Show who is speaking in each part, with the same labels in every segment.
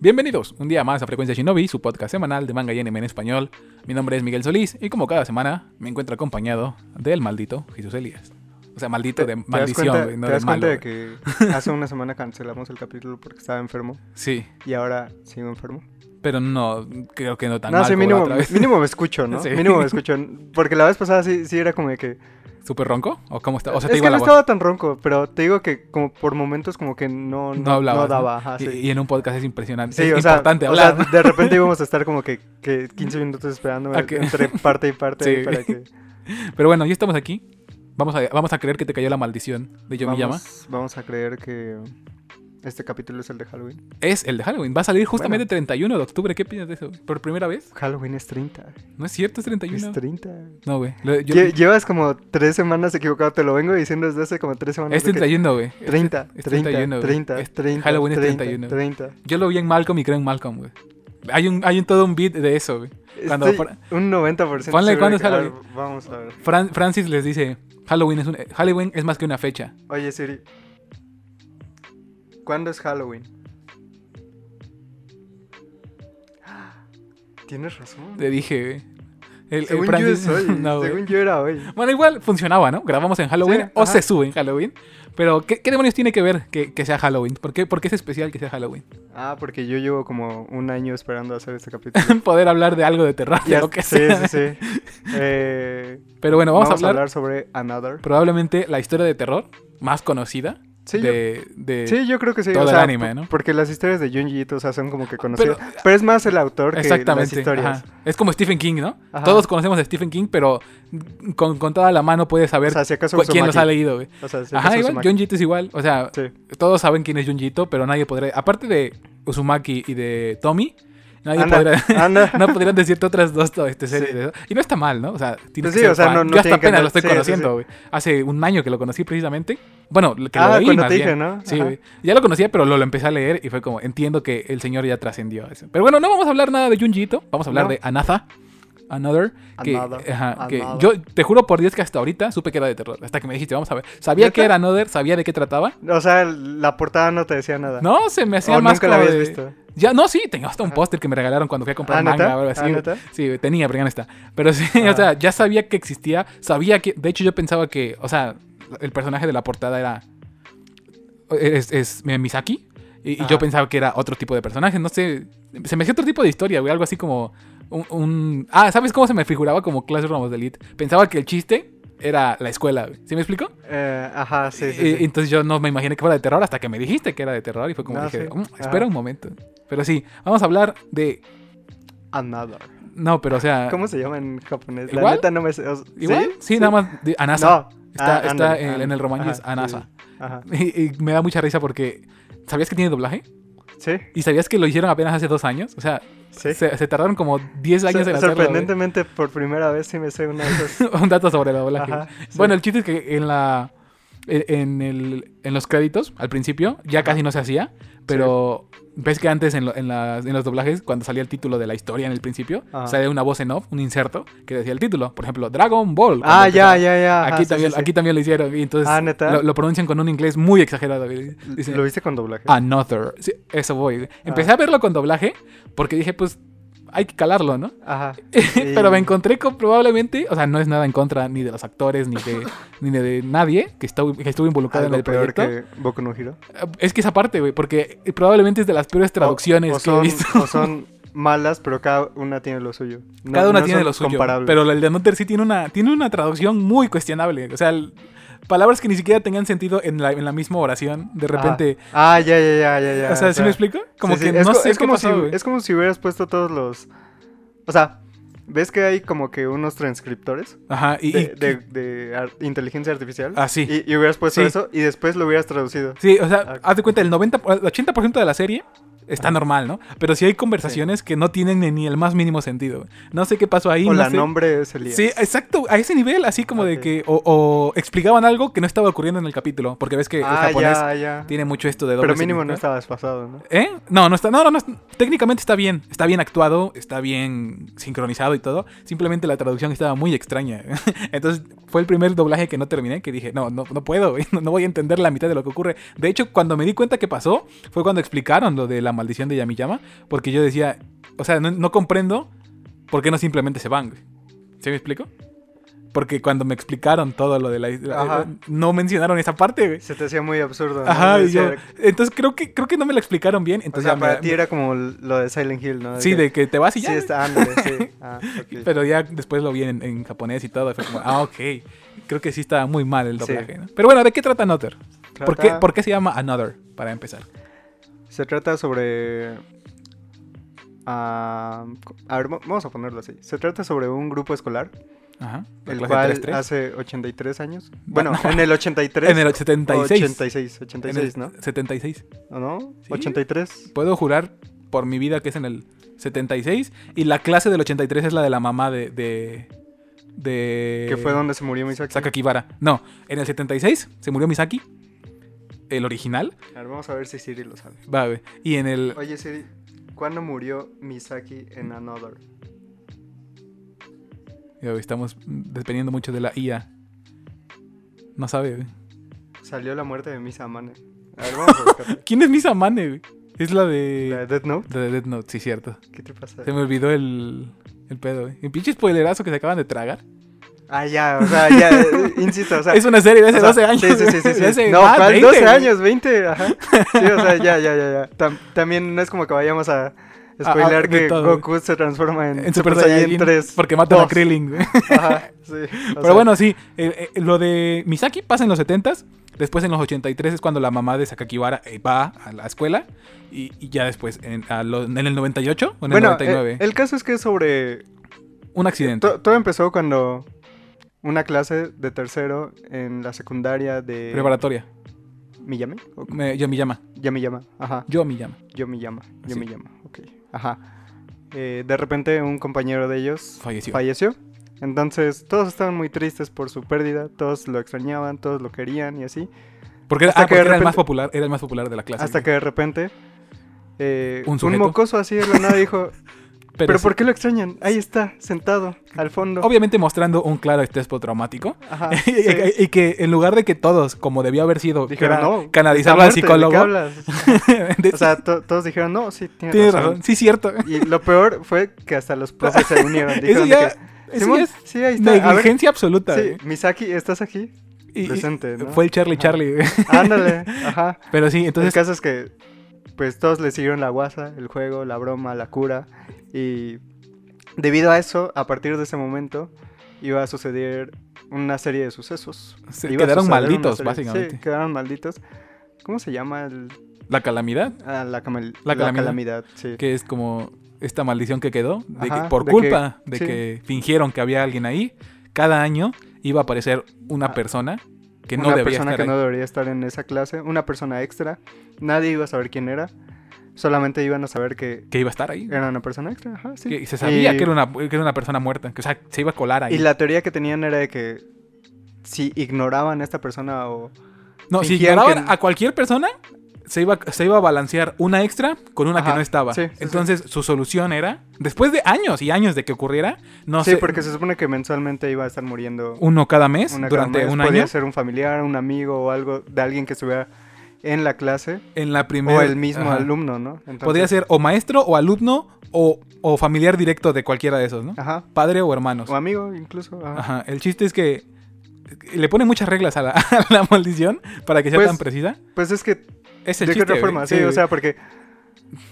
Speaker 1: Bienvenidos un día más a Frecuencia Shinobi, su podcast semanal de manga y anime en español. Mi nombre es Miguel Solís y como cada semana me encuentro acompañado del maldito Jesús Elías. O sea, maldito de
Speaker 2: ¿Te das
Speaker 1: maldición,
Speaker 2: cuenta,
Speaker 1: güey, no
Speaker 2: te
Speaker 1: de
Speaker 2: das cuenta
Speaker 1: malo.
Speaker 2: de
Speaker 1: güey.
Speaker 2: que hace una semana cancelamos el capítulo porque estaba enfermo
Speaker 1: Sí,
Speaker 2: y ahora sigo enfermo?
Speaker 1: pero no, creo que no tan
Speaker 2: no,
Speaker 1: mal
Speaker 2: sí,
Speaker 1: como la
Speaker 2: mínimo,
Speaker 1: otra vez.
Speaker 2: mínimo me escucho, ¿no?
Speaker 1: Sí.
Speaker 2: Mínimo me escucho. Porque la vez pasada sí, sí era como de que...
Speaker 1: ¿Súper ronco? ¿O cómo está? O sea, te
Speaker 2: es
Speaker 1: iba
Speaker 2: que
Speaker 1: la
Speaker 2: no
Speaker 1: voz.
Speaker 2: estaba tan ronco, pero te digo que como por momentos como que no, no,
Speaker 1: No hablabas,
Speaker 2: no
Speaker 1: ¿no?
Speaker 2: daba. ajá,
Speaker 1: Y-
Speaker 2: ah, sí.
Speaker 1: y, en un podcast es impresionante,
Speaker 2: Sí,
Speaker 1: es
Speaker 2: o sea,
Speaker 1: importante
Speaker 2: o sea,
Speaker 1: hablar.
Speaker 2: de repente íbamos a estar como que, que 15 minutos esperando
Speaker 1: ¿A que?
Speaker 2: entre parte y parte
Speaker 1: Sí.
Speaker 2: ahí para que...
Speaker 1: Pero bueno, ya estamos aquí. Vamos a, vamos a creer que te cayó la maldición de Yomiyama.
Speaker 2: Vamos, vamos a creer que este capítulo es el de Halloween.
Speaker 1: Es el de Halloween. Va a salir justamente
Speaker 2: Bueno. 31
Speaker 1: 31 de octubre. ¿Qué opinas de eso? ¿Por primera vez?
Speaker 2: Halloween es 30.
Speaker 1: ¿No es cierto? ¿Es 31?
Speaker 2: Es 30.
Speaker 1: No, güey. Lo- yo-
Speaker 2: Lle- Llevas como tres semanas equivocado, te lo vengo diciendo desde hace como tres semanas.
Speaker 1: Es
Speaker 2: de que
Speaker 1: 31, güey.
Speaker 2: 30,
Speaker 1: Es
Speaker 2: 30,
Speaker 1: güey.
Speaker 2: 30,
Speaker 1: Es-
Speaker 2: 30.
Speaker 1: Halloween es 31.
Speaker 2: 31. 30.
Speaker 1: Yo lo vi en Malcolm y creo en Malcolm, güey. Hay un, hay un todo un beat de eso, güey. Cuando
Speaker 2: Estoy
Speaker 1: fuera-
Speaker 2: un 90%.
Speaker 1: Ponle,
Speaker 2: seguro
Speaker 1: ¿cuándo
Speaker 2: de
Speaker 1: es
Speaker 2: que- a ver,
Speaker 1: Halloween?
Speaker 2: Vamos a ver.
Speaker 1: Fran- Francis les dice, Halloween es, un, eh, Halloween es más que una fecha.
Speaker 2: Oye, Siri. ¿Cuándo es Halloween? Tienes razón.
Speaker 1: Le dije, güey. El- el
Speaker 2: según yo
Speaker 1: Francis-
Speaker 2: es hoy.
Speaker 1: No, güey.
Speaker 2: según yo era hoy.
Speaker 1: Bueno, igual funcionaba, ¿no? Grabamos en Halloween
Speaker 2: Sí,
Speaker 1: o
Speaker 2: ajá.
Speaker 1: se sube en Halloween. Pero, ¿qué, qué demonios tiene que ver que, que sea Halloween? ¿Por qué, por qué es especial que sea Halloween?
Speaker 2: Ah, porque yo llevo como un año esperando hacer este capítulo.
Speaker 1: Poder hablar de algo de terror, de
Speaker 2: Ya-
Speaker 1: lo que
Speaker 2: sí,
Speaker 1: sea.
Speaker 2: sí, sí. Eh,
Speaker 1: Pero bueno, vamos, a, hablar,
Speaker 2: sobre Another.
Speaker 1: probablemente la historia de terror más conocida
Speaker 2: Sí, yo-
Speaker 1: de, de-
Speaker 2: Sí, yo creo que sí.
Speaker 1: todo
Speaker 2: o
Speaker 1: el
Speaker 2: sea,
Speaker 1: anime,
Speaker 2: po-
Speaker 1: ¿no?
Speaker 2: Porque las historias de Junji Ito, o sea, son como que conocidas. Pero, es más el autor que las
Speaker 1: Exactamente.
Speaker 2: historias.
Speaker 1: ajá. Es como Stephen King, ¿no?
Speaker 2: Ajá.
Speaker 1: Todos conocemos a Stephen King, pero con, con toda la mano puedes
Speaker 2: O
Speaker 1: saber
Speaker 2: sea, si acaso
Speaker 1: cu- quién los ha
Speaker 2: Uzumaki.
Speaker 1: leído, güey.
Speaker 2: O sea, si
Speaker 1: Ajá,
Speaker 2: acaso
Speaker 1: igual,
Speaker 2: Uzumaki.
Speaker 1: Junjito es igual. O sea,
Speaker 2: Sí.
Speaker 1: todos saben quién es Junjito, pero nadie podrá. Aparte de Uzumaki y de Tommy, nadie
Speaker 2: Anda,
Speaker 1: podrá.
Speaker 2: anda.
Speaker 1: no podrían decirte otras dos to- este, series.
Speaker 2: Sí.
Speaker 1: de eso. Y no está mal, ¿no? O sea, tienes que
Speaker 2: Pues sí,
Speaker 1: ser
Speaker 2: o sea,
Speaker 1: fan.
Speaker 2: no- no
Speaker 1: Yo hasta
Speaker 2: tienen que
Speaker 1: apenas lo
Speaker 2: andar-
Speaker 1: estoy
Speaker 2: sí, sí,
Speaker 1: conociendo, güey. Hace un año que lo conocí precisamente. Bueno, que lo
Speaker 2: Ah,
Speaker 1: leí
Speaker 2: cuando
Speaker 1: más
Speaker 2: te dije,
Speaker 1: bien.
Speaker 2: ¿no?
Speaker 1: Sí,
Speaker 2: Ajá.
Speaker 1: güey. Ya lo conocía, pero lo, lo empecé a leer y fue como, entiendo que el señor ya trascendió eso. Pero bueno, no vamos a hablar nada de Junjito, vamos a hablar
Speaker 2: No.
Speaker 1: de Anatha. Another, que,
Speaker 2: Another,
Speaker 1: ajá, que
Speaker 2: Another.
Speaker 1: yo te juro por Dios que hasta ahorita supe que era de terror, hasta que me dijiste, vamos a ver. Sabía
Speaker 2: ¿Neta?
Speaker 1: que era Another, sabía de qué trataba,
Speaker 2: O sea, el- la portada no te decía nada.
Speaker 1: no, se me hacía
Speaker 2: o
Speaker 1: más
Speaker 2: Oh, nunca la
Speaker 1: como
Speaker 2: habías
Speaker 1: de-
Speaker 2: visto.
Speaker 1: Ya, no, sí, tengo hasta un póster que me regalaron cuando fui a comprar
Speaker 2: Ah, ¿neta?
Speaker 1: manga o algo así.
Speaker 2: Ah,
Speaker 1: güey.
Speaker 2: ¿neta?
Speaker 1: Sí, güey, tenía, pero ya no está. Pero sí, o
Speaker 2: Ah.
Speaker 1: sea, ya sabía que existía, sabía que... De hecho, yo pensaba que, o sea, el personaje de la portada era... Es, es Misaki. Y, y yo
Speaker 2: Ajá.
Speaker 1: pensaba que era otro tipo de personaje, no sé... Se me hacía otro tipo de historia, güey, algo así como... Un, un- Ah, ¿sabes cómo se me figuraba como Classroom of the Elite? Pensaba que el chiste era la escuela, güey. ¿Sí me explico?
Speaker 2: Eh, ajá, sí,
Speaker 1: Y-
Speaker 2: sí. sí.
Speaker 1: Entonces yo no me imaginé que fuera de terror hasta que me dijiste que era de terror y fue como
Speaker 2: No,
Speaker 1: dije,
Speaker 2: sí.
Speaker 1: "Mm,
Speaker 2: Ajá.
Speaker 1: espera un momento. Pero sí, vamos a hablar de...
Speaker 2: Another.
Speaker 1: No, pero o sea...
Speaker 2: Ah, ¿Cómo se llama en japonés? La
Speaker 1: ah, ¿Igual?
Speaker 2: neta no me sé. o- ¿sí?
Speaker 1: Igual, sí, nada más de Anasa.
Speaker 2: No.
Speaker 1: Está,
Speaker 2: Ah,
Speaker 1: está
Speaker 2: ándale,
Speaker 1: en, en el
Speaker 2: ándale.
Speaker 1: romaní
Speaker 2: Ajá,
Speaker 1: es Anasa.
Speaker 2: sí, Ajá.
Speaker 1: Y, y me da mucha risa porque... ¿Sabías que tiene doblaje?
Speaker 2: Sí,
Speaker 1: ¿Y sabías que lo hicieron apenas hace dos años? O sea,
Speaker 2: sí.
Speaker 1: se, se tardaron como 10 años
Speaker 2: Sor-
Speaker 1: en hacerlo. güey.
Speaker 2: Sorprendentemente, por primera vez sí me sé una de esas.
Speaker 1: un dato sobre el doblaje.
Speaker 2: Ajá, sí.
Speaker 1: Bueno, el chiste es que en la e, en, en el, en los créditos, al principio, ya casi no se hacía, pero ves que antes en, lo- en las- en los doblajes, cuando salía el título de la historia en el principio,
Speaker 2: Ajá.
Speaker 1: salía una voz en off, un inserto, que decía el título. Por ejemplo, Dragon Ball. cuando
Speaker 2: Ah, ya,
Speaker 1: empezaba.
Speaker 2: ya, ya. ajá,
Speaker 1: Aquí,
Speaker 2: sí,
Speaker 1: también,
Speaker 2: sí, sí.
Speaker 1: aquí también lo hicieron. Y entonces
Speaker 2: Ah, ¿neta?
Speaker 1: Lo, lo pronuncian con un inglés muy exagerado. güey. Dicen,
Speaker 2: ¿Lo Ah. viste con doblaje?
Speaker 1: Another. Sí, eso voy. güey. Empecé a verlo con doblaje porque dije, pues, hay que calarlo, ¿no?
Speaker 2: Ajá.
Speaker 1: Pero me encontré con probablemente, o sea, no es nada en contra ni de los actores, ni de, ni de nadie que, estuvo- que estuvo involucrado en
Speaker 2: Algo
Speaker 1: el
Speaker 2: Ah, peor
Speaker 1: proyecto. Ah,
Speaker 2: que Boku no Hero.
Speaker 1: Es que esa parte, güey, porque probablemente es de las peores traducciones
Speaker 2: O- o
Speaker 1: que he
Speaker 2: son-
Speaker 1: visto.
Speaker 2: O son malas, pero cada una tiene lo suyo. No-
Speaker 1: Cada una
Speaker 2: no
Speaker 1: tiene
Speaker 2: son
Speaker 1: lo suyo.
Speaker 2: comparables.
Speaker 1: Pero el de Another sí tiene una, tiene una traducción muy cuestionable. O sea, el- palabras que ni siquiera tengan sentido en la, en la misma oración, de
Speaker 2: Ajá.
Speaker 1: repente.
Speaker 2: Ah, ya, ya, ya, ya, ya.
Speaker 1: o sea, ¿sí me explico? Como
Speaker 2: sí,
Speaker 1: que
Speaker 2: sí,
Speaker 1: no
Speaker 2: co-
Speaker 1: sé qué
Speaker 2: como
Speaker 1: pasó,
Speaker 2: si,
Speaker 1: güey.
Speaker 2: Es como si hubieras puesto todos los... O sea, ¿ves que hay como que unos transcriptores?
Speaker 1: Ajá, y,
Speaker 2: De,
Speaker 1: y-
Speaker 2: de- de ar- inteligencia artificial.
Speaker 1: Ah, sí.
Speaker 2: Y, y hubieras puesto
Speaker 1: Sí.
Speaker 2: eso y después lo hubieras traducido.
Speaker 1: Sí, o sea,
Speaker 2: Ah.
Speaker 1: haz de cuenta, el 90, por- el 80% de la serie está normal, ¿no? Pero sí hay conversaciones que no tienen ni el más mínimo sentido. No sé qué pasó ahí.
Speaker 2: O
Speaker 1: no
Speaker 2: la
Speaker 1: sé-
Speaker 2: nombre es Elías.
Speaker 1: Sí, exacto, a ese nivel, así como de
Speaker 2: Ok.
Speaker 1: que o, o explicaban algo que no estaba ocurriendo en el capítulo, porque ves que
Speaker 2: ah,
Speaker 1: el japonés
Speaker 2: ya, ya.
Speaker 1: tiene mucho esto de doble
Speaker 2: Pero mínimo no
Speaker 1: significado.
Speaker 2: estaba desfasado, ¿no?
Speaker 1: ¿Eh? No, no está. No, no, no. está- Técnicamente está bien. Está bien actuado, está bien sincronizado y todo. Simplemente la traducción estaba muy extraña. Entonces, fue el primer doblaje que no terminé, que dije, no, no, no puedo, güey, no, no voy a entender la mitad de lo que ocurre. De hecho, cuando me di cuenta que pasó, fue cuando explicaron lo de la maldición de Yamiyama, porque yo decía, o sea, no, no comprendo por qué no simplemente se van, güey. ¿Sí me explico? Porque cuando me explicaron todo lo de la isla,
Speaker 2: Ajá.
Speaker 1: no mencionaron esa parte, güey.
Speaker 2: Se te hacía muy absurdo. ¿no?
Speaker 1: Ajá, y
Speaker 2: Decía-
Speaker 1: yo- entonces creo que creo que no me lo explicaron bien.
Speaker 2: O
Speaker 1: Entonces
Speaker 2: sea,
Speaker 1: ya
Speaker 2: para
Speaker 1: me-
Speaker 2: ti era como lo de Silent Hill, ¿no?
Speaker 1: Sí,
Speaker 2: que-
Speaker 1: de que te vas y ya.
Speaker 2: Sí,
Speaker 1: güey.
Speaker 2: está, ándale, sí. Ah, ok.
Speaker 1: Pero ya después lo vi en, en japonés y todo. y fue como, ah, ok. Creo que sí está muy mal el
Speaker 2: Sí.
Speaker 1: doblaje. ¿no? Pero bueno, ¿de qué trata Another? ¿Por, qué,
Speaker 2: Trata-
Speaker 1: por qué se llama Another? Para empezar.
Speaker 2: Se trata sobre... ah, a ver, va- vamos a ponerlo así. Se trata sobre un grupo escolar,
Speaker 1: Ajá. La
Speaker 2: el
Speaker 1: clase
Speaker 2: cual
Speaker 1: 3-3.
Speaker 2: hace 83 años.
Speaker 1: No,
Speaker 2: Bueno,
Speaker 1: no.
Speaker 2: en el 83.
Speaker 1: En el 76.
Speaker 2: 86,
Speaker 1: En
Speaker 2: 86,
Speaker 1: el
Speaker 2: ¿no?
Speaker 1: 76.
Speaker 2: ¿O no?
Speaker 1: Sí.
Speaker 2: 83.
Speaker 1: Puedo jurar por mi vida que es en el 76. Y la clase del 83 es la de la mamá de. de, de-
Speaker 2: Que fue donde se murió Misaki.
Speaker 1: Sakakibara. No, en el 76 se murió Misaki. El original.
Speaker 2: A ver, vamos a ver si Siri lo sabe.
Speaker 1: Va, güey. Y en el.
Speaker 2: Oye, Siri, ¿cuándo murió Misaki en Another?
Speaker 1: Ya, güey, Estamos dependiendo mucho de la IA. No sabe, güey.
Speaker 2: Salió la muerte de Misa Amane. A ver, vamos a buscarla.
Speaker 1: ¿Quién es Misa Mane, güey? Es la
Speaker 2: ¿La de
Speaker 1: de.
Speaker 2: Death Note?
Speaker 1: La de Death Note, sí, cierto.
Speaker 2: ¿Qué te pasa?
Speaker 1: Se me olvidó el, el pedo, güey. El pinche spoilerazo que se acaban de tragar.
Speaker 2: Ah, ya, o sea, ya, eh, insisto, o sea.
Speaker 1: es una serie de hace
Speaker 2: o
Speaker 1: 12
Speaker 2: sea,
Speaker 1: años.
Speaker 2: Sí, sí, sí, sí.
Speaker 1: güey.
Speaker 2: sí.
Speaker 1: De hace
Speaker 2: no,
Speaker 1: más,
Speaker 2: ¿cuál?
Speaker 1: 20,
Speaker 2: 12
Speaker 1: güey.
Speaker 2: años, 20, ajá. Sí, o sea, ya, ya, ya, ya. Tam- también no es como que vayamos a spoiler
Speaker 1: Ah, de
Speaker 2: que
Speaker 1: todo,
Speaker 2: Goku se transforma en,
Speaker 1: En Super Saiyajin.
Speaker 2: 3.
Speaker 1: Porque matan a
Speaker 2: dos.
Speaker 1: Krillin, güey.
Speaker 2: Ajá, sí. o
Speaker 1: Pero
Speaker 2: sea,
Speaker 1: bueno, sí. eh, eh, lo de Misaki pasa en los 70s. Después en los 83 es cuando la mamá de Sakakibara eh, va a la escuela. Y, y ya después, en, a lo- en el 98 o en
Speaker 2: Bueno,
Speaker 1: el 99.
Speaker 2: eh, el caso es que sobre.
Speaker 1: un accidente.
Speaker 2: to- todo empezó cuando una clase de tercero en la secundaria de.
Speaker 1: preparatoria.
Speaker 2: ¿Miyame? ¿O cómo?
Speaker 1: Me, yo me llama.
Speaker 2: Yamiyama, ajá.
Speaker 1: Yo me llama.
Speaker 2: Yo me llama, yo
Speaker 1: Ah, Sí.
Speaker 2: me llama, ok. Ajá. Eh, de repente un compañero de ellos
Speaker 1: Falleció.
Speaker 2: falleció. Entonces todos estaban muy tristes por su pérdida, todos lo extrañaban, todos lo querían y así.
Speaker 1: Porque,
Speaker 2: Hasta
Speaker 1: ah, porque
Speaker 2: que de
Speaker 1: era el
Speaker 2: repente-
Speaker 1: más popular, era el más popular de la clase.
Speaker 2: hasta que de repente eh,
Speaker 1: ¿Un
Speaker 2: un,
Speaker 1: sujeto?
Speaker 2: mocoso así de la nada dijo,
Speaker 1: Pero,
Speaker 2: pero,
Speaker 1: sí,
Speaker 2: ¿por qué lo extrañan? Ahí está, sentado, al fondo.
Speaker 1: obviamente mostrando un claro estrés traumático.
Speaker 2: Ajá,
Speaker 1: y,
Speaker 2: Ah, sí.
Speaker 1: y que en lugar de que todos, como debió haber sido,
Speaker 2: Dijeron,
Speaker 1: era
Speaker 2: no,
Speaker 1: canalizarlo
Speaker 2: está
Speaker 1: al
Speaker 2: muerto, ¿de qué
Speaker 1: psicólogo.
Speaker 2: hablas?"
Speaker 1: de-
Speaker 2: O sea, to- todos dijeron, no, sí, tienes,
Speaker 1: tienes
Speaker 2: razón.
Speaker 1: razón. Sí, cierto.
Speaker 2: Y lo peor fue que hasta los profes se unieron.
Speaker 1: Eso
Speaker 2: Dijeron de
Speaker 1: ya,
Speaker 2: que,
Speaker 1: eso
Speaker 2: "Simón,
Speaker 1: ya es
Speaker 2: sí, ahí está. a ver,
Speaker 1: negligencia absoluta. eh.
Speaker 2: Sí,
Speaker 1: güey.
Speaker 2: Misaki, ¿estás aquí?
Speaker 1: Y- y-
Speaker 2: presente, ¿no?
Speaker 1: Fue el Charlie
Speaker 2: Ajá.
Speaker 1: Charlie. güey.
Speaker 2: Ándale, ajá.
Speaker 1: Pero sí, entonces
Speaker 2: el caso es que pues todos le siguieron la guasa, el juego, la broma, la cura y debido a eso, a partir de ese momento iba a suceder una serie de sucesos.
Speaker 1: se
Speaker 2: Iba a
Speaker 1: quedaron
Speaker 2: suceder una
Speaker 1: malditos,
Speaker 2: serie-
Speaker 1: básicamente.
Speaker 2: Sí, quedaron malditos. ¿Cómo se llama el-
Speaker 1: La calamidad,
Speaker 2: ah, la, camel-
Speaker 1: La
Speaker 2: la
Speaker 1: calamidad.
Speaker 2: calamidad? sí.
Speaker 1: que es como esta maldición que quedó, de que
Speaker 2: Ajá,
Speaker 1: por
Speaker 2: de que-
Speaker 1: culpa de
Speaker 2: sí.
Speaker 1: que fingieron que había alguien ahí, cada año iba a aparecer una
Speaker 2: Ah.
Speaker 1: persona que no
Speaker 2: una
Speaker 1: debía
Speaker 2: persona
Speaker 1: estar
Speaker 2: que
Speaker 1: ahí.
Speaker 2: no debería estar en esa clase, una persona extra. Nadie iba a saber quién era. Solamente iban a saber que
Speaker 1: que iba a estar ahí.
Speaker 2: era una persona extra, ajá, Eh, sí.
Speaker 1: Que se sabía
Speaker 2: Y-
Speaker 1: que, era una, que era una persona muerta. Que, o sea, se iba a colar ahí.
Speaker 2: Y la teoría que tenían era de que si ignoraban a esta persona o...
Speaker 1: no, si
Speaker 2: fingían
Speaker 1: llegaban
Speaker 2: que-
Speaker 1: a cualquier persona, se iba, se iba a balancear una extra con una que
Speaker 2: Ajá,
Speaker 1: no estaba.
Speaker 2: sí, sí, sí.
Speaker 1: Entonces, su solución era, después de años y años de que ocurriera, no
Speaker 2: sí,
Speaker 1: sé,
Speaker 2: porque se supone que mensualmente iba a estar muriendo
Speaker 1: uno cada mes
Speaker 2: una cada
Speaker 1: durante
Speaker 2: mes.
Speaker 1: un
Speaker 2: Podía
Speaker 1: año.
Speaker 2: ser un familiar, un amigo o algo de alguien que estuviera en la clase
Speaker 1: En la primera.
Speaker 2: o el mismo
Speaker 1: ajá.
Speaker 2: alumno, ¿no? Entonces,
Speaker 1: Podía ser o maestro o alumno o, o familiar directo de cualquiera de esos, ¿no?
Speaker 2: Ajá.
Speaker 1: Padre o hermanos.
Speaker 2: Ah. O amigo incluso. ajá.
Speaker 1: Ajá. El chiste es que le pone muchas reglas a la, a la maldición para que sea
Speaker 2: Pues,
Speaker 1: tan precisa.
Speaker 2: Pues es que
Speaker 1: Es el
Speaker 2: de qué
Speaker 1: chiste,
Speaker 2: otra
Speaker 1: güey.
Speaker 2: forma, sí,
Speaker 1: Sí,
Speaker 2: o
Speaker 1: güey.
Speaker 2: sea, porque...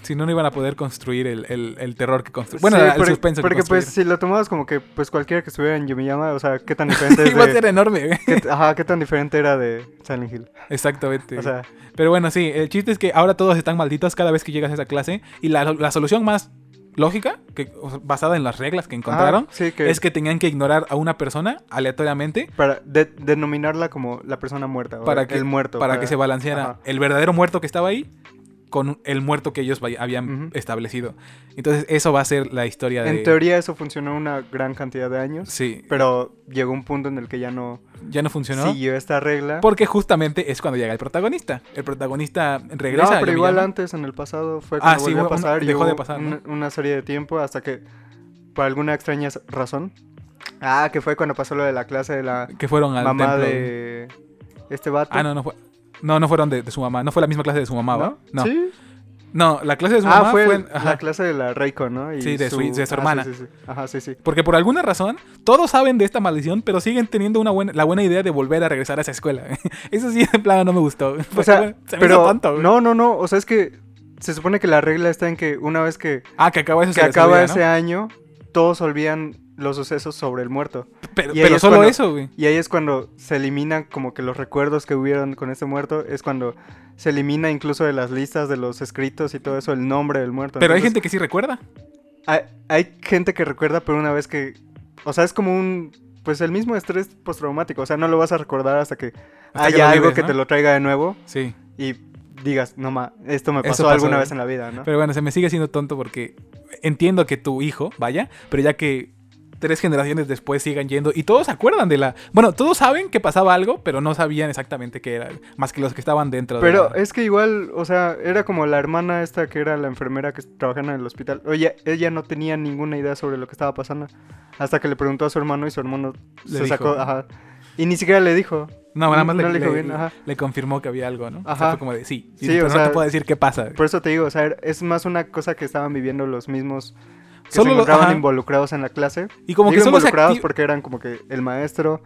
Speaker 1: Si no, no iban a poder construir el, el- el terror que construyó. Bueno,
Speaker 2: sí,
Speaker 1: el
Speaker 2: porque,
Speaker 1: suspenso
Speaker 2: Porque
Speaker 1: que
Speaker 2: pues
Speaker 1: construyeron.
Speaker 2: si lo tomabas como que pues cualquiera que estuviera en Yumiyama, o sea, qué tan diferente es
Speaker 1: Iba a
Speaker 2: de-
Speaker 1: ser enorme, güey.
Speaker 2: qué t- Ajá, qué tan diferente era de Silent Hill.
Speaker 1: Exactamente.
Speaker 2: O sea,
Speaker 1: Pero bueno, sí, el chiste es que ahora todos están malditos cada vez que llegas a esa clase. Y la, la solución más lógica, que, o sea, basada en las reglas que encontraron,
Speaker 2: ajá, sí, Ah, que
Speaker 1: es que tenían que ignorar a una persona aleatoriamente
Speaker 2: Para de- denominarla como la persona muerta. o
Speaker 1: Para que-
Speaker 2: el muerto.
Speaker 1: para que se balanceara
Speaker 2: ajá.
Speaker 1: el verdadero muerto que estaba ahí con el muerto que ellos vay- habían
Speaker 2: Ujú.
Speaker 1: establecido. Entonces, eso va a ser la historia de.
Speaker 2: En teoría eso funcionó una gran cantidad de años,
Speaker 1: sí,
Speaker 2: pero llegó un punto en el que ya no
Speaker 1: ya no funcionó.
Speaker 2: siguió esta regla.
Speaker 1: Porque justamente es cuando llega el protagonista. El protagonista regresa.
Speaker 2: no, pero
Speaker 1: al
Speaker 2: igual
Speaker 1: villano.
Speaker 2: antes en el pasado fue
Speaker 1: Ah,
Speaker 2: cuando
Speaker 1: sí,
Speaker 2: volvió
Speaker 1: una-
Speaker 2: a pasar y
Speaker 1: dejó de
Speaker 2: hubo
Speaker 1: pasar,
Speaker 2: una,
Speaker 1: ¿no?
Speaker 2: una serie de tiempo hasta que por alguna extraña razón ah que fue cuando pasó lo de la clase de la
Speaker 1: que fueron al
Speaker 2: mamá
Speaker 1: templo.
Speaker 2: de este vato
Speaker 1: Ah, no, no fue. No, no fueron de, de su mamá. No fue la misma clase de su mamá, ¿va? No.
Speaker 2: ¿Sí?
Speaker 1: No, la clase de su
Speaker 2: ah
Speaker 1: mamá
Speaker 2: fue,
Speaker 1: fue.
Speaker 2: la
Speaker 1: ajá.
Speaker 2: clase de la Reiko no Y
Speaker 1: Sí, de su- de su
Speaker 2: ah, sí,
Speaker 1: hermana.
Speaker 2: sí, sí. ajá sí sí
Speaker 1: Porque por alguna razón, todos saben de esta maldición, pero siguen teniendo una buena, la buena idea de volver a regresar a esa escuela. Eso sí, en plan, no me gustó.
Speaker 2: o
Speaker 1: Fue-
Speaker 2: sea
Speaker 1: bueno, se me hizo
Speaker 2: pero
Speaker 1: tonto, güey.
Speaker 2: no no no o sea es que se supone que la regla está en que una vez que
Speaker 1: Ah, que acaba eso.
Speaker 2: que
Speaker 1: se les
Speaker 2: acaba
Speaker 1: olvida, ¿no?
Speaker 2: ese año todos olvidan los sucesos sobre el muerto
Speaker 1: Pero,
Speaker 2: y
Speaker 1: pero
Speaker 2: ahí es
Speaker 1: solo
Speaker 2: cuando-
Speaker 1: eso, güey.
Speaker 2: Y ahí es cuando se eliminan como que los recuerdos que hubieron con este muerto, es cuando se elimina incluso de las listas de los escritos y todo eso el nombre del muerto.
Speaker 1: Pero hay
Speaker 2: Entonces,
Speaker 1: gente que sí recuerda.
Speaker 2: hay, hay gente que recuerda, pero una vez que... O sea, es como un... Pues el mismo estrés postraumático, o sea, no lo vas a recordar hasta que
Speaker 1: Hasta
Speaker 2: haya
Speaker 1: que lo
Speaker 2: Ah, algo
Speaker 1: olvides,
Speaker 2: que
Speaker 1: ¿no?
Speaker 2: te lo traiga de nuevo
Speaker 1: Sí.
Speaker 2: y digas, no ma, esto me
Speaker 1: Eso
Speaker 2: pasó,
Speaker 1: pasó,
Speaker 2: alguna
Speaker 1: ¿no?
Speaker 2: vez en la vida, ¿no?
Speaker 1: Pero bueno, se me sigue siendo tonto porque entiendo que tu hijo, vaya, pero ya que tres generaciones después sigan yendo y todos se acuerdan de la... Bueno, todos saben que pasaba algo, pero no sabían exactamente qué era, más que los que estaban dentro
Speaker 2: Pero
Speaker 1: de... la-
Speaker 2: es que igual, o sea, era como la hermana esta que era la enfermera que trabajaba en el hospital. Oye, ella no tenía ninguna idea sobre lo que estaba pasando. Hasta que le preguntó a su hermano y su hermano
Speaker 1: Le
Speaker 2: se
Speaker 1: dijo.
Speaker 2: sacó. Ajá. Y ni siquiera le dijo.
Speaker 1: No, nada más
Speaker 2: no
Speaker 1: le,
Speaker 2: le dijo
Speaker 1: le-
Speaker 2: bien, ajá.
Speaker 1: le confirmó que había algo, ¿no? O sea,
Speaker 2: Ajá.
Speaker 1: fue como de, sí,
Speaker 2: Sí,
Speaker 1: pero
Speaker 2: o
Speaker 1: no
Speaker 2: sea,
Speaker 1: te puedo decir qué pasa.
Speaker 2: Por eso te digo, o sea, er, es más una cosa que estaban viviendo los mismos que
Speaker 1: Solo
Speaker 2: se
Speaker 1: lo-
Speaker 2: encontraban
Speaker 1: ajá.
Speaker 2: involucrados en la clase.
Speaker 1: Y como que
Speaker 2: Digo
Speaker 1: solo se
Speaker 2: involucrados
Speaker 1: acti-
Speaker 2: porque eran como que el maestro,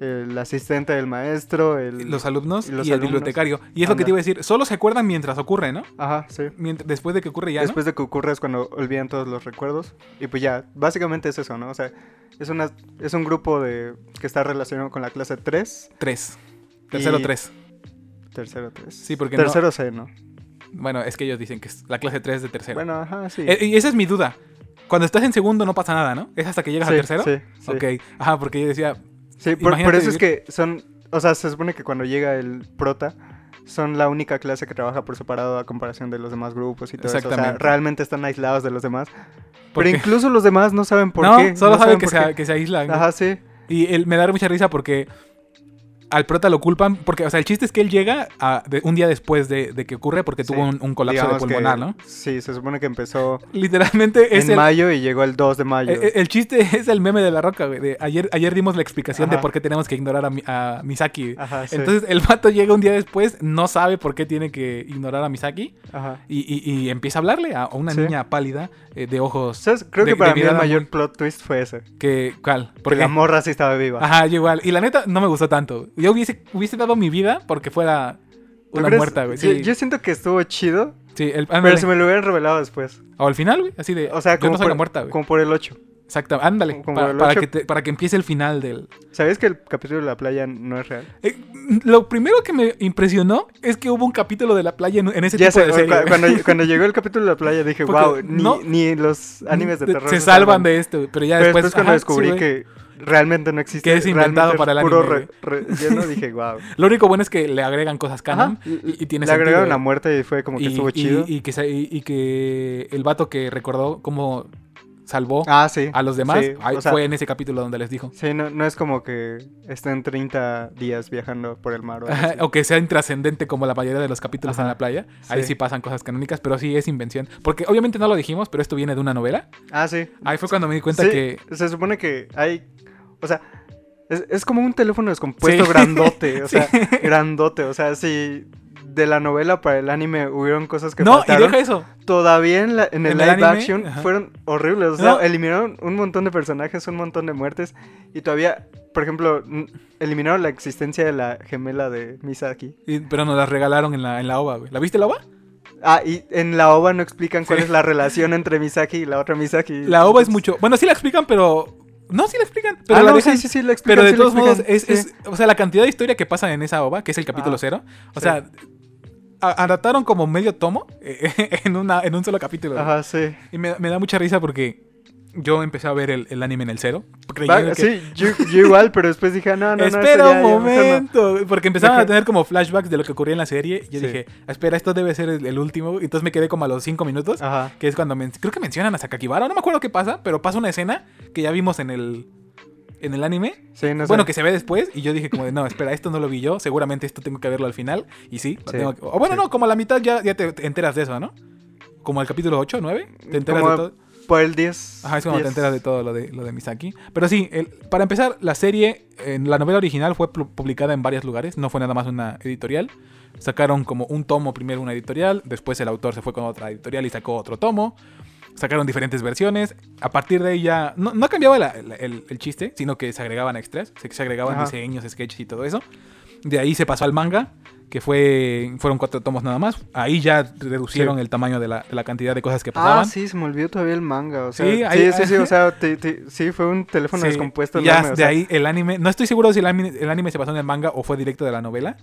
Speaker 2: el asistente del maestro, el...
Speaker 1: los alumnos y,
Speaker 2: y los
Speaker 1: el
Speaker 2: alumnos.
Speaker 1: bibliotecario. Y es lo que
Speaker 2: Anda.
Speaker 1: te iba a decir, solo se acuerdan mientras ocurre, ¿no?
Speaker 2: Ajá, sí.
Speaker 1: Mient- después de que ocurre ya, ¿no?
Speaker 2: Después de que ocurre es cuando olvidan todos los recuerdos. Y pues ya, básicamente es eso, ¿no? O sea, es, una, es un grupo de, que está relacionado con la clase 3,
Speaker 1: Tres. Tercero
Speaker 2: Y-
Speaker 1: tres.
Speaker 2: tercero 3.
Speaker 1: Sí, porque no-
Speaker 2: Tercero C, ¿no?
Speaker 1: Bueno, es que ellos dicen que es la clase 3 de tercero.
Speaker 2: Bueno, ajá, sí.
Speaker 1: E- y esa es mi duda. Cuando estás en segundo no pasa nada, ¿no? Es hasta que llegas
Speaker 2: Sí,
Speaker 1: al tercero.
Speaker 2: Sí, sí.
Speaker 1: Ok. Ajá, porque yo decía,
Speaker 2: Sí, por, por
Speaker 1: Imagínate
Speaker 2: eso es que son. O sea, se supone que cuando llega el prota, son la única clase que trabaja por separado a comparación de los demás grupos y todo eso. O sea,
Speaker 1: Exactamente.
Speaker 2: realmente están aislados de los demás.
Speaker 1: ¿por
Speaker 2: Pero
Speaker 1: qué?
Speaker 2: incluso los demás no saben por
Speaker 1: no,
Speaker 2: qué.
Speaker 1: solo saben que
Speaker 2: por
Speaker 1: se,
Speaker 2: qué.
Speaker 1: que se aíslan. ¿no?
Speaker 2: Ajá, sí.
Speaker 1: Y él, me da mucha risa porque al prota lo culpan. Porque, o sea, el chiste es que él llega a- de- un día después de, de que ocurre porque tuvo
Speaker 2: Sí.
Speaker 1: un, un colapso de
Speaker 2: Digamos que-
Speaker 1: pulmonar, ¿no?
Speaker 2: Sí, se supone que empezó
Speaker 1: Literalmente es el,
Speaker 2: en
Speaker 1: e, Eh,
Speaker 2: mayo y llegó el 2 de mayo.
Speaker 1: el- el chiste es el meme de la roca, güey. de ayer, ayer dimos la explicación de
Speaker 2: Ajá.
Speaker 1: por qué tenemos que ignorar a, Mi- a Misaki.
Speaker 2: Ajá, sí.
Speaker 1: eh, Entonces el vato llega un día después, no sabe por qué tiene que ignorar a Misaki.
Speaker 2: Ajá.
Speaker 1: Y, y- y empieza a hablarle a a una
Speaker 2: Sí.
Speaker 1: niña pálida eh, de ojos.
Speaker 2: ¿Sabes? Creo
Speaker 1: De-
Speaker 2: que para
Speaker 1: de
Speaker 2: mí el
Speaker 1: mirada
Speaker 2: mayor
Speaker 1: muy-
Speaker 2: plot twist fue ese.
Speaker 1: Que, ¿Cuál?
Speaker 2: Porque
Speaker 1: Porque
Speaker 2: la morra sí estaba viva.
Speaker 1: Ajá, yo igual. Y la neta, no me gustó tanto. Yo hubiese, hubiese dado mi vida porque fuera
Speaker 2: ¿Tú
Speaker 1: una
Speaker 2: crees?
Speaker 1: muerta, güey.
Speaker 2: Yo,
Speaker 1: Sí,
Speaker 2: yo siento que estuvo chido,
Speaker 1: sí, el-
Speaker 2: pero
Speaker 1: ándale.
Speaker 2: si me lo hubieran revelado después.
Speaker 1: O al final, güey. Así de.
Speaker 2: O sea,
Speaker 1: yo
Speaker 2: como,
Speaker 1: no soy
Speaker 2: por,
Speaker 1: la muerta, güey.
Speaker 2: como por el 8.
Speaker 1: Exacto, ándale.
Speaker 2: como- como
Speaker 1: para,
Speaker 2: el
Speaker 1: para
Speaker 2: ocho.
Speaker 1: que te- para que empiece el final del.
Speaker 2: ¿Sabías que el capítulo de la playa no es real?
Speaker 1: Eh, lo primero que me impresionó es que hubo un capítulo de la playa en, en ese
Speaker 2: ya
Speaker 1: tipo
Speaker 2: sé,
Speaker 1: de
Speaker 2: cu-
Speaker 1: serie. güey.
Speaker 2: cuando, cuando llegó el capítulo de la playa dije,
Speaker 1: Porque
Speaker 2: wow, ni,
Speaker 1: no-
Speaker 2: ni los animes de
Speaker 1: De-
Speaker 2: terror.
Speaker 1: Se salvan de esto, güey, pero ya
Speaker 2: Pero después,
Speaker 1: después.
Speaker 2: cuando
Speaker 1: ajá, sí,
Speaker 2: descubrí
Speaker 1: güey.
Speaker 2: que realmente no existe.
Speaker 1: Que es inventado
Speaker 2: realmente
Speaker 1: para el
Speaker 2: puro
Speaker 1: anime,
Speaker 2: re- re- lleno, dije, wow.
Speaker 1: Lo único bueno es que le agregan cosas canon y, y tiene
Speaker 2: Le agregaron
Speaker 1: sentido,
Speaker 2: la muerte y fue como que
Speaker 1: y,
Speaker 2: estuvo
Speaker 1: y-
Speaker 2: chido.
Speaker 1: y que, se- y- y que el vato que recordó cómo salvó
Speaker 2: ah, sí.
Speaker 1: a los demás
Speaker 2: sí,
Speaker 1: ahí
Speaker 2: o sea,
Speaker 1: fue en ese capítulo donde les dijo.
Speaker 2: Sí, no, no es como que estén 30 días viajando por el mar. o algo
Speaker 1: Ajá,
Speaker 2: así.
Speaker 1: o que sea intrascendente como la mayoría de los capítulos en
Speaker 2: Ajá,
Speaker 1: la playa. Ahí
Speaker 2: sí.
Speaker 1: sí pasan cosas canónicas, pero sí es invención. Porque obviamente no lo dijimos, pero esto viene de una novela.
Speaker 2: Ah, sí.
Speaker 1: Ahí fue cuando me di cuenta
Speaker 2: Sí,
Speaker 1: que...
Speaker 2: Se supone que hay. O sea, es, es como un teléfono descompuesto
Speaker 1: Sí.
Speaker 2: grandote. O
Speaker 1: Sí.
Speaker 2: sea, grandote. O sea, si de la novela para el anime hubieron cosas que
Speaker 1: No,
Speaker 2: faltaron,
Speaker 1: y deja eso.
Speaker 2: todavía en, la- en el
Speaker 1: En el
Speaker 2: live
Speaker 1: anime,
Speaker 2: action
Speaker 1: ajá.
Speaker 2: fueron horribles. O sea,
Speaker 1: No.
Speaker 2: eliminaron un montón de personajes, un montón de muertes. Y todavía, por ejemplo, n- eliminaron la existencia de la gemela de Misaki.
Speaker 1: Y- pero nos las regalaron en la, en la ova, güey. ¿La viste la ova?
Speaker 2: Ah, y en la OVA no explican cuál
Speaker 1: Sí.
Speaker 2: es la relación entre Misaki y la otra Misaki.
Speaker 1: La ova es
Speaker 2: Entonces-
Speaker 1: mucho... Bueno, sí la explican, pero... No, sí la explican. Pero
Speaker 2: ah,
Speaker 1: la
Speaker 2: no,
Speaker 1: dejan-
Speaker 2: sí, sí, sí, la
Speaker 1: Pero
Speaker 2: explican.
Speaker 1: de
Speaker 2: sí la
Speaker 1: todos modos,
Speaker 2: explican,
Speaker 1: es,
Speaker 2: sí.
Speaker 1: es- o sea, la cantidad de historia que pasa en esa ova, que es el capítulo
Speaker 2: Ah,
Speaker 1: cero, o
Speaker 2: sí.
Speaker 1: sea, a- adaptaron como medio tomo eh, en, una, en un solo capítulo.
Speaker 2: Ajá, sí.
Speaker 1: Y me, me da mucha risa porque yo empecé a ver el, el anime en el cero.
Speaker 2: Va-
Speaker 1: creyendo que-
Speaker 2: Sí, yo, yo igual, pero después dije, ah, no, no, no. esto
Speaker 1: espera
Speaker 2: ya-
Speaker 1: un
Speaker 2: ya mejor no".
Speaker 1: momento. Porque empezaban a
Speaker 2: Mejor-
Speaker 1: tener como flashbacks de lo que ocurría en la serie. Yo
Speaker 2: Sí.
Speaker 1: dije, espera, esto debe ser el, el último. Entonces me quedé como a los cinco minutos.
Speaker 2: Ajá.
Speaker 1: Que es cuando men- creo que mencionan a Sakakibara. No me acuerdo qué pasa, pero pasa una escena que ya vimos en el, en el anime.
Speaker 2: Sí, no sé.
Speaker 1: Bueno, que se ve después. Y yo dije, como de, no, espera, esto no lo vi yo. Seguramente esto tengo que verlo al final. Y sí, lo
Speaker 2: Sí,
Speaker 1: tengo que- O bueno,
Speaker 2: sí.
Speaker 1: no, como a la mitad ya, ya te, te enteras de eso, ¿no? Como al capítulo 8, 9. Te enteras
Speaker 2: Como
Speaker 1: de todo.
Speaker 2: Por el 10.
Speaker 1: Ajá, es cuando te
Speaker 2: 10.
Speaker 1: enteras de todo lo de, lo de Misaki. Pero sí, el- para empezar, la serie, en la novela original fue pu- publicada en varios lugares, no fue nada más una editorial. Sacaron como un tomo primero una editorial, después el autor se fue con otra editorial y sacó otro tomo. Sacaron diferentes versiones. A partir de ahí ya no, no cambiaba la- la- el, el chiste, sino que se agregaban extras, se, se agregaban
Speaker 2: Ajá.
Speaker 1: diseños, sketches y todo eso. De ahí se pasó al manga, que fue fueron cuatro tomos nada más. Ahí ya reducieron el tamaño de la, de la cantidad de cosas que pasaban.
Speaker 2: Ah, sí, se me olvidó todavía el manga. O sea,
Speaker 1: Sí,
Speaker 2: sí,
Speaker 1: ahí-
Speaker 2: sí, sí, o sea, te- te- sí, fue un teléfono
Speaker 1: Sí,
Speaker 2: descompuesto.
Speaker 1: y Ya,
Speaker 2: enorme, o
Speaker 1: de
Speaker 2: sea,
Speaker 1: ahí el anime. No estoy seguro si el anime, el anime se basó en el manga o fue directo de la novela.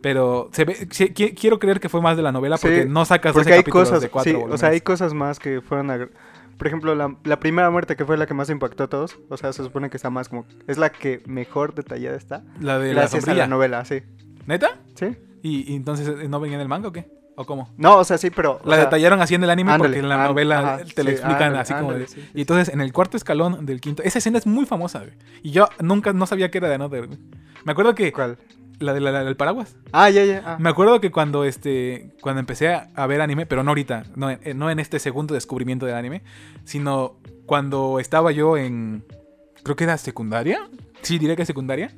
Speaker 1: Pero se ve, sí, qui- quiero creer que fue más de la novela porque
Speaker 2: Sí,
Speaker 1: no sacas
Speaker 2: Porque
Speaker 1: 12
Speaker 2: hay
Speaker 1: capítulos
Speaker 2: cosas,
Speaker 1: de cuatro
Speaker 2: sí, o sea, hay
Speaker 1: volúmenes.
Speaker 2: cosas más que fueron... agre- Por ejemplo, la, la primera muerte que fue la que más impactó a todos, o sea, se supone que está más como... Es la que mejor detallada está.
Speaker 1: la de la
Speaker 2: gracias a
Speaker 1: sombrilla.
Speaker 2: la novela, sí.
Speaker 1: ¿Neta?
Speaker 2: ¿Sí?
Speaker 1: ¿Y, y entonces eh, no venía en el manga o qué? ¿O cómo?
Speaker 2: No, o sea, sí, pero... o
Speaker 1: La
Speaker 2: sea,
Speaker 1: detallaron así en el anime
Speaker 2: ándale,
Speaker 1: porque en la
Speaker 2: ándale,
Speaker 1: novela
Speaker 2: ajá,
Speaker 1: te lo
Speaker 2: sí,
Speaker 1: explican
Speaker 2: ándale,
Speaker 1: así como de-
Speaker 2: ándale, sí, sí,
Speaker 1: Y entonces en el cuarto escalón del quinto... Esa escena es muy famosa, güey. Y yo nunca, no sabía que era de Another. güey. Me acuerdo que...
Speaker 2: ¿Cuál?
Speaker 1: La de la- la del paraguas.
Speaker 2: Ah, ya, ya. ah.
Speaker 1: Me acuerdo que cuando este cuando empecé a, a ver anime, pero no ahorita, no, en- no en este segundo descubrimiento del anime, sino cuando estaba yo en creo que era secundaria, sí diría que secundaria,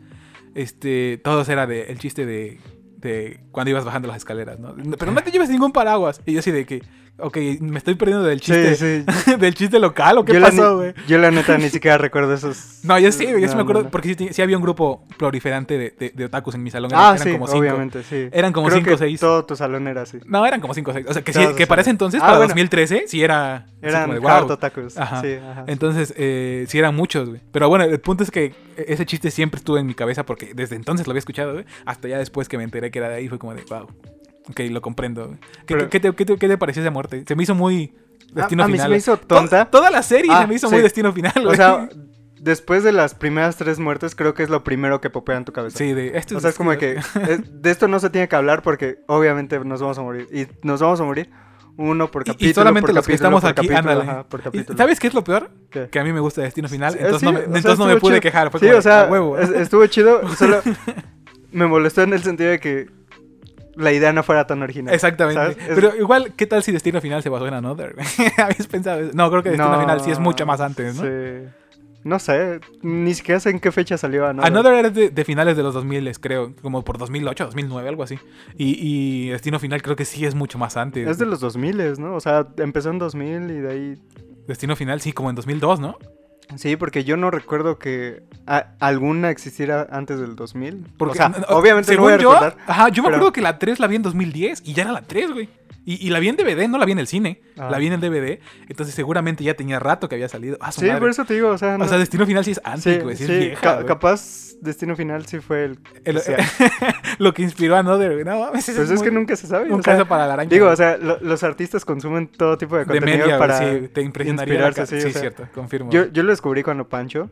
Speaker 1: este todos era de el chiste de, de cuando ibas bajando las escaleras, ¿no? Pero no te lleves ningún paraguas. Y yo así de que, ok, me estoy perdiendo del chiste
Speaker 2: Sí, sí.
Speaker 1: del chiste local o qué
Speaker 2: yo, la,
Speaker 1: pasó,
Speaker 2: ni-
Speaker 1: güey.
Speaker 2: yo la neta ni siquiera recuerdo esos...
Speaker 1: No, yo sí, yo sí
Speaker 2: No,
Speaker 1: me
Speaker 2: no,
Speaker 1: acuerdo,
Speaker 2: no.
Speaker 1: porque sí, te- sí había un grupo proliferante de, de- de otakus en mi salón, eran,
Speaker 2: Ah,
Speaker 1: eran
Speaker 2: sí,
Speaker 1: como cinco.
Speaker 2: obviamente, sí.
Speaker 1: Eran como
Speaker 2: Creo
Speaker 1: cinco
Speaker 2: que
Speaker 1: o seis.
Speaker 2: todo tu salón era así.
Speaker 1: No, eran como 5 o 6. O sea, que, sí,
Speaker 2: Todos
Speaker 1: que para ese
Speaker 2: eran.
Speaker 1: entonces,
Speaker 2: Ah,
Speaker 1: para
Speaker 2: bueno.
Speaker 1: 2013, sí era. así
Speaker 2: Eran
Speaker 1: como de,
Speaker 2: hard
Speaker 1: "Wow".
Speaker 2: otakus.
Speaker 1: Ajá.
Speaker 2: Sí, ajá.
Speaker 1: Entonces, eh, sí eran muchos, güey. Pero bueno, el punto es que ese chiste siempre estuvo en mi cabeza porque desde entonces lo había escuchado, güey. Hasta ya después que me enteré que era de ahí, fue como de, wow. Ok, lo comprendo. güey". ¿Qué,
Speaker 2: Pero-
Speaker 1: qué te, qué te- qué te pareció esa muerte? Se me hizo muy destino
Speaker 2: a, a mí
Speaker 1: final.
Speaker 2: se me hizo
Speaker 1: Toda-
Speaker 2: tonta.
Speaker 1: Toda, la serie
Speaker 2: Ah,
Speaker 1: se me hizo
Speaker 2: sí.
Speaker 1: muy destino final,
Speaker 2: O
Speaker 1: güey.
Speaker 2: sea, después de las primeras tres muertes, creo que es lo primero que popea en tu cabeza.
Speaker 1: sí, de esto
Speaker 2: O sea, es como que
Speaker 1: destino.
Speaker 2: eh, de esto no se tiene que hablar porque obviamente nos vamos a morir. Y nos vamos a morir uno por
Speaker 1: Y- y
Speaker 2: capítulo.
Speaker 1: solamente
Speaker 2: por
Speaker 1: los que
Speaker 2: capítulo,
Speaker 1: estamos
Speaker 2: por
Speaker 1: aquí,
Speaker 2: capítulo,
Speaker 1: ándale.
Speaker 2: ajá, por
Speaker 1: ¿Y
Speaker 2: capítulo.
Speaker 1: ¿Sabes qué es lo peor?
Speaker 2: ¿Qué?
Speaker 1: Que a mí me gusta Destino Final,
Speaker 2: Sí,
Speaker 1: entonces
Speaker 2: sí,
Speaker 1: no me,
Speaker 2: o sea,
Speaker 1: entonces no me
Speaker 2: estuvo
Speaker 1: pude
Speaker 2: chido.
Speaker 1: quejar. Ah, Fue
Speaker 2: Sí,
Speaker 1: como
Speaker 2: o sea,
Speaker 1: de, "A huevo.
Speaker 2: es- estuvo chido. Solo me molestó en el sentido de que la idea no fuera tan original.
Speaker 1: Exactamente.
Speaker 2: ¿sabes? Es-
Speaker 1: Pero igual, ¿qué tal si Destino Final se basó en Another? ¿Habías pensado eso? No, creo que Destino
Speaker 2: no,
Speaker 1: Final sí es mucho más antes, eh, ¿no?
Speaker 2: sí. No sé, ni siquiera sé en qué fecha salió Another.
Speaker 1: Another era de, de finales de los 2000, creo, como por 2008, 2009, algo así. Y, y Destino Final creo que sí es mucho más antes.
Speaker 2: Es de los 2000, ¿no? O sea, empezó en 2000 y de ahí...
Speaker 1: Destino Final sí, como en 2002, ¿no?
Speaker 2: Sí, porque yo no recuerdo que a- alguna existiera antes del 2000.
Speaker 1: Porque,
Speaker 2: o sea,
Speaker 1: n- n-
Speaker 2: obviamente no
Speaker 1: según
Speaker 2: voy a
Speaker 1: yo,
Speaker 2: recordar.
Speaker 1: Ajá, yo me
Speaker 2: pero-
Speaker 1: acuerdo que la 3 la vi en 2010 y ya era la 3, güey. Y, y la vi en DVD, no la vi en el cine,
Speaker 2: Ah.
Speaker 1: la vi en el DVD. Entonces seguramente ya tenía rato que había salido. Ah, su
Speaker 2: Sí,
Speaker 1: madre.
Speaker 2: por eso te digo, o sea... no-
Speaker 1: O sea, Destino Final sí es antes,
Speaker 2: sí,
Speaker 1: güey. Sí,
Speaker 2: sí,
Speaker 1: es vieja,
Speaker 2: ca-
Speaker 1: güey.
Speaker 2: capaz Destino Final sí fue el...
Speaker 1: El-
Speaker 2: o sea,
Speaker 1: lo que inspiró a Another, güey. No, mames,
Speaker 2: pues es
Speaker 1: muy-
Speaker 2: que nunca se sabe.
Speaker 1: Un
Speaker 2: o sea,
Speaker 1: caso para la araña.
Speaker 2: digo,
Speaker 1: güey.
Speaker 2: o sea, lo- los artistas consumen todo tipo de
Speaker 1: de
Speaker 2: contenido
Speaker 1: media, güey,
Speaker 2: para...
Speaker 1: sí, te impresionaría. la
Speaker 2: inspirarse,
Speaker 1: ca-
Speaker 2: sí,
Speaker 1: sí,
Speaker 2: o sea,
Speaker 1: cierto, confirmo.
Speaker 2: Yo, yo lo descubrí cuando Pancho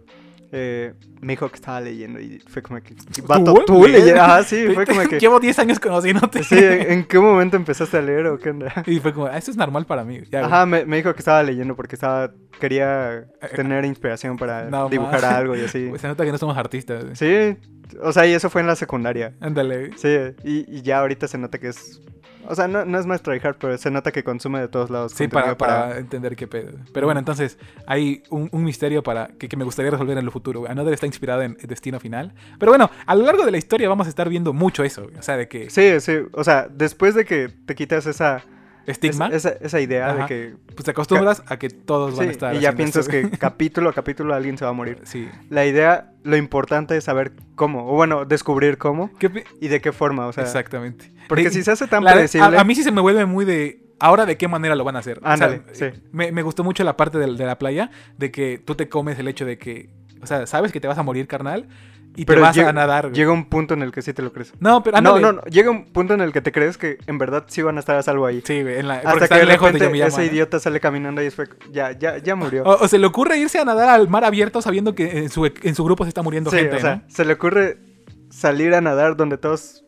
Speaker 2: eh, me dijo que estaba leyendo y fue como que...
Speaker 1: ¿Tú,
Speaker 2: Vato, tú,
Speaker 1: güey?
Speaker 2: leyes. Ah, sí, fue como que...
Speaker 1: Llevo 10 años conociéndote.
Speaker 2: Sí, eh, ¿en qué momento empezaste a leer o qué onda?
Speaker 1: Y fue como, "Ah, esto es normal para mí. Ya, güey.
Speaker 2: Ajá, me, me dijo que estaba leyendo porque estaba quería
Speaker 1: Eh,
Speaker 2: tener inspiración para
Speaker 1: no
Speaker 2: dibujar
Speaker 1: más.
Speaker 2: algo y así.
Speaker 1: Pues se nota que no somos artistas. güey.
Speaker 2: Sí, o sea, y eso fue en la secundaria.
Speaker 1: Ándale. güey.
Speaker 2: Sí, y, y ya ahorita se nota que es... O sea, no, no es más tryhard, pero se nota que consume de todos lados.
Speaker 1: Sí, para,
Speaker 2: contenido
Speaker 1: para entender qué pedo. Pero bueno, entonces hay un, un misterio para que, que me gustaría resolver en lo futuro. güey. Another está inspirado en Destino Final. Pero bueno, a lo largo de la historia vamos a estar viendo mucho eso. güey. O sea, de que
Speaker 2: Eh, Sí, sí, o sea, después de que te quitas esa...
Speaker 1: estigma,
Speaker 2: Esa, esa idea
Speaker 1: Ajá.
Speaker 2: de que...
Speaker 1: pues te acostumbras a que todos van
Speaker 2: sí,
Speaker 1: a estar.
Speaker 2: y ya
Speaker 1: haciendo
Speaker 2: piensas
Speaker 1: esto,
Speaker 2: que capítulo a capítulo alguien se va a morir.
Speaker 1: güey. Sí.
Speaker 2: La idea, lo importante es saber cómo, o bueno, descubrir cómo
Speaker 1: ¿Qué pi-
Speaker 2: y de qué forma, o sea...
Speaker 1: Exactamente.
Speaker 2: Porque
Speaker 1: De-
Speaker 2: si se hace tan
Speaker 1: Eh, la- a-
Speaker 2: predecible...
Speaker 1: a, mí sí se me vuelve muy de. Ahora de qué manera lo van a hacer. O sea,
Speaker 2: Ándale, sí.
Speaker 1: me, me gustó mucho la parte del- de, la playa, de que tú te comes el hecho de que. O sea, sabes que te vas a morir, carnal. y
Speaker 2: Pero
Speaker 1: te vas
Speaker 2: llega-
Speaker 1: a nadar, güey.
Speaker 2: Llega un punto en el que sí te lo crees.
Speaker 1: No, pero
Speaker 2: No,
Speaker 1: ándale.
Speaker 2: no, no, llega un punto en el que te crees que en verdad sí van a estar a salvo ahí.
Speaker 1: Sí, güey, en la, porque
Speaker 2: Hasta que
Speaker 1: está
Speaker 2: de
Speaker 1: lejos de
Speaker 2: repente
Speaker 1: Yomiuri.
Speaker 2: ese idiota sale caminando y fue, ya, ya, ya murió.
Speaker 1: O, o se le ocurre irse a nadar al mar abierto sabiendo que en su, en su grupo se está muriendo
Speaker 2: Sí,
Speaker 1: gente,
Speaker 2: o sea,
Speaker 1: ¿no?
Speaker 2: se le ocurre salir a nadar donde todos,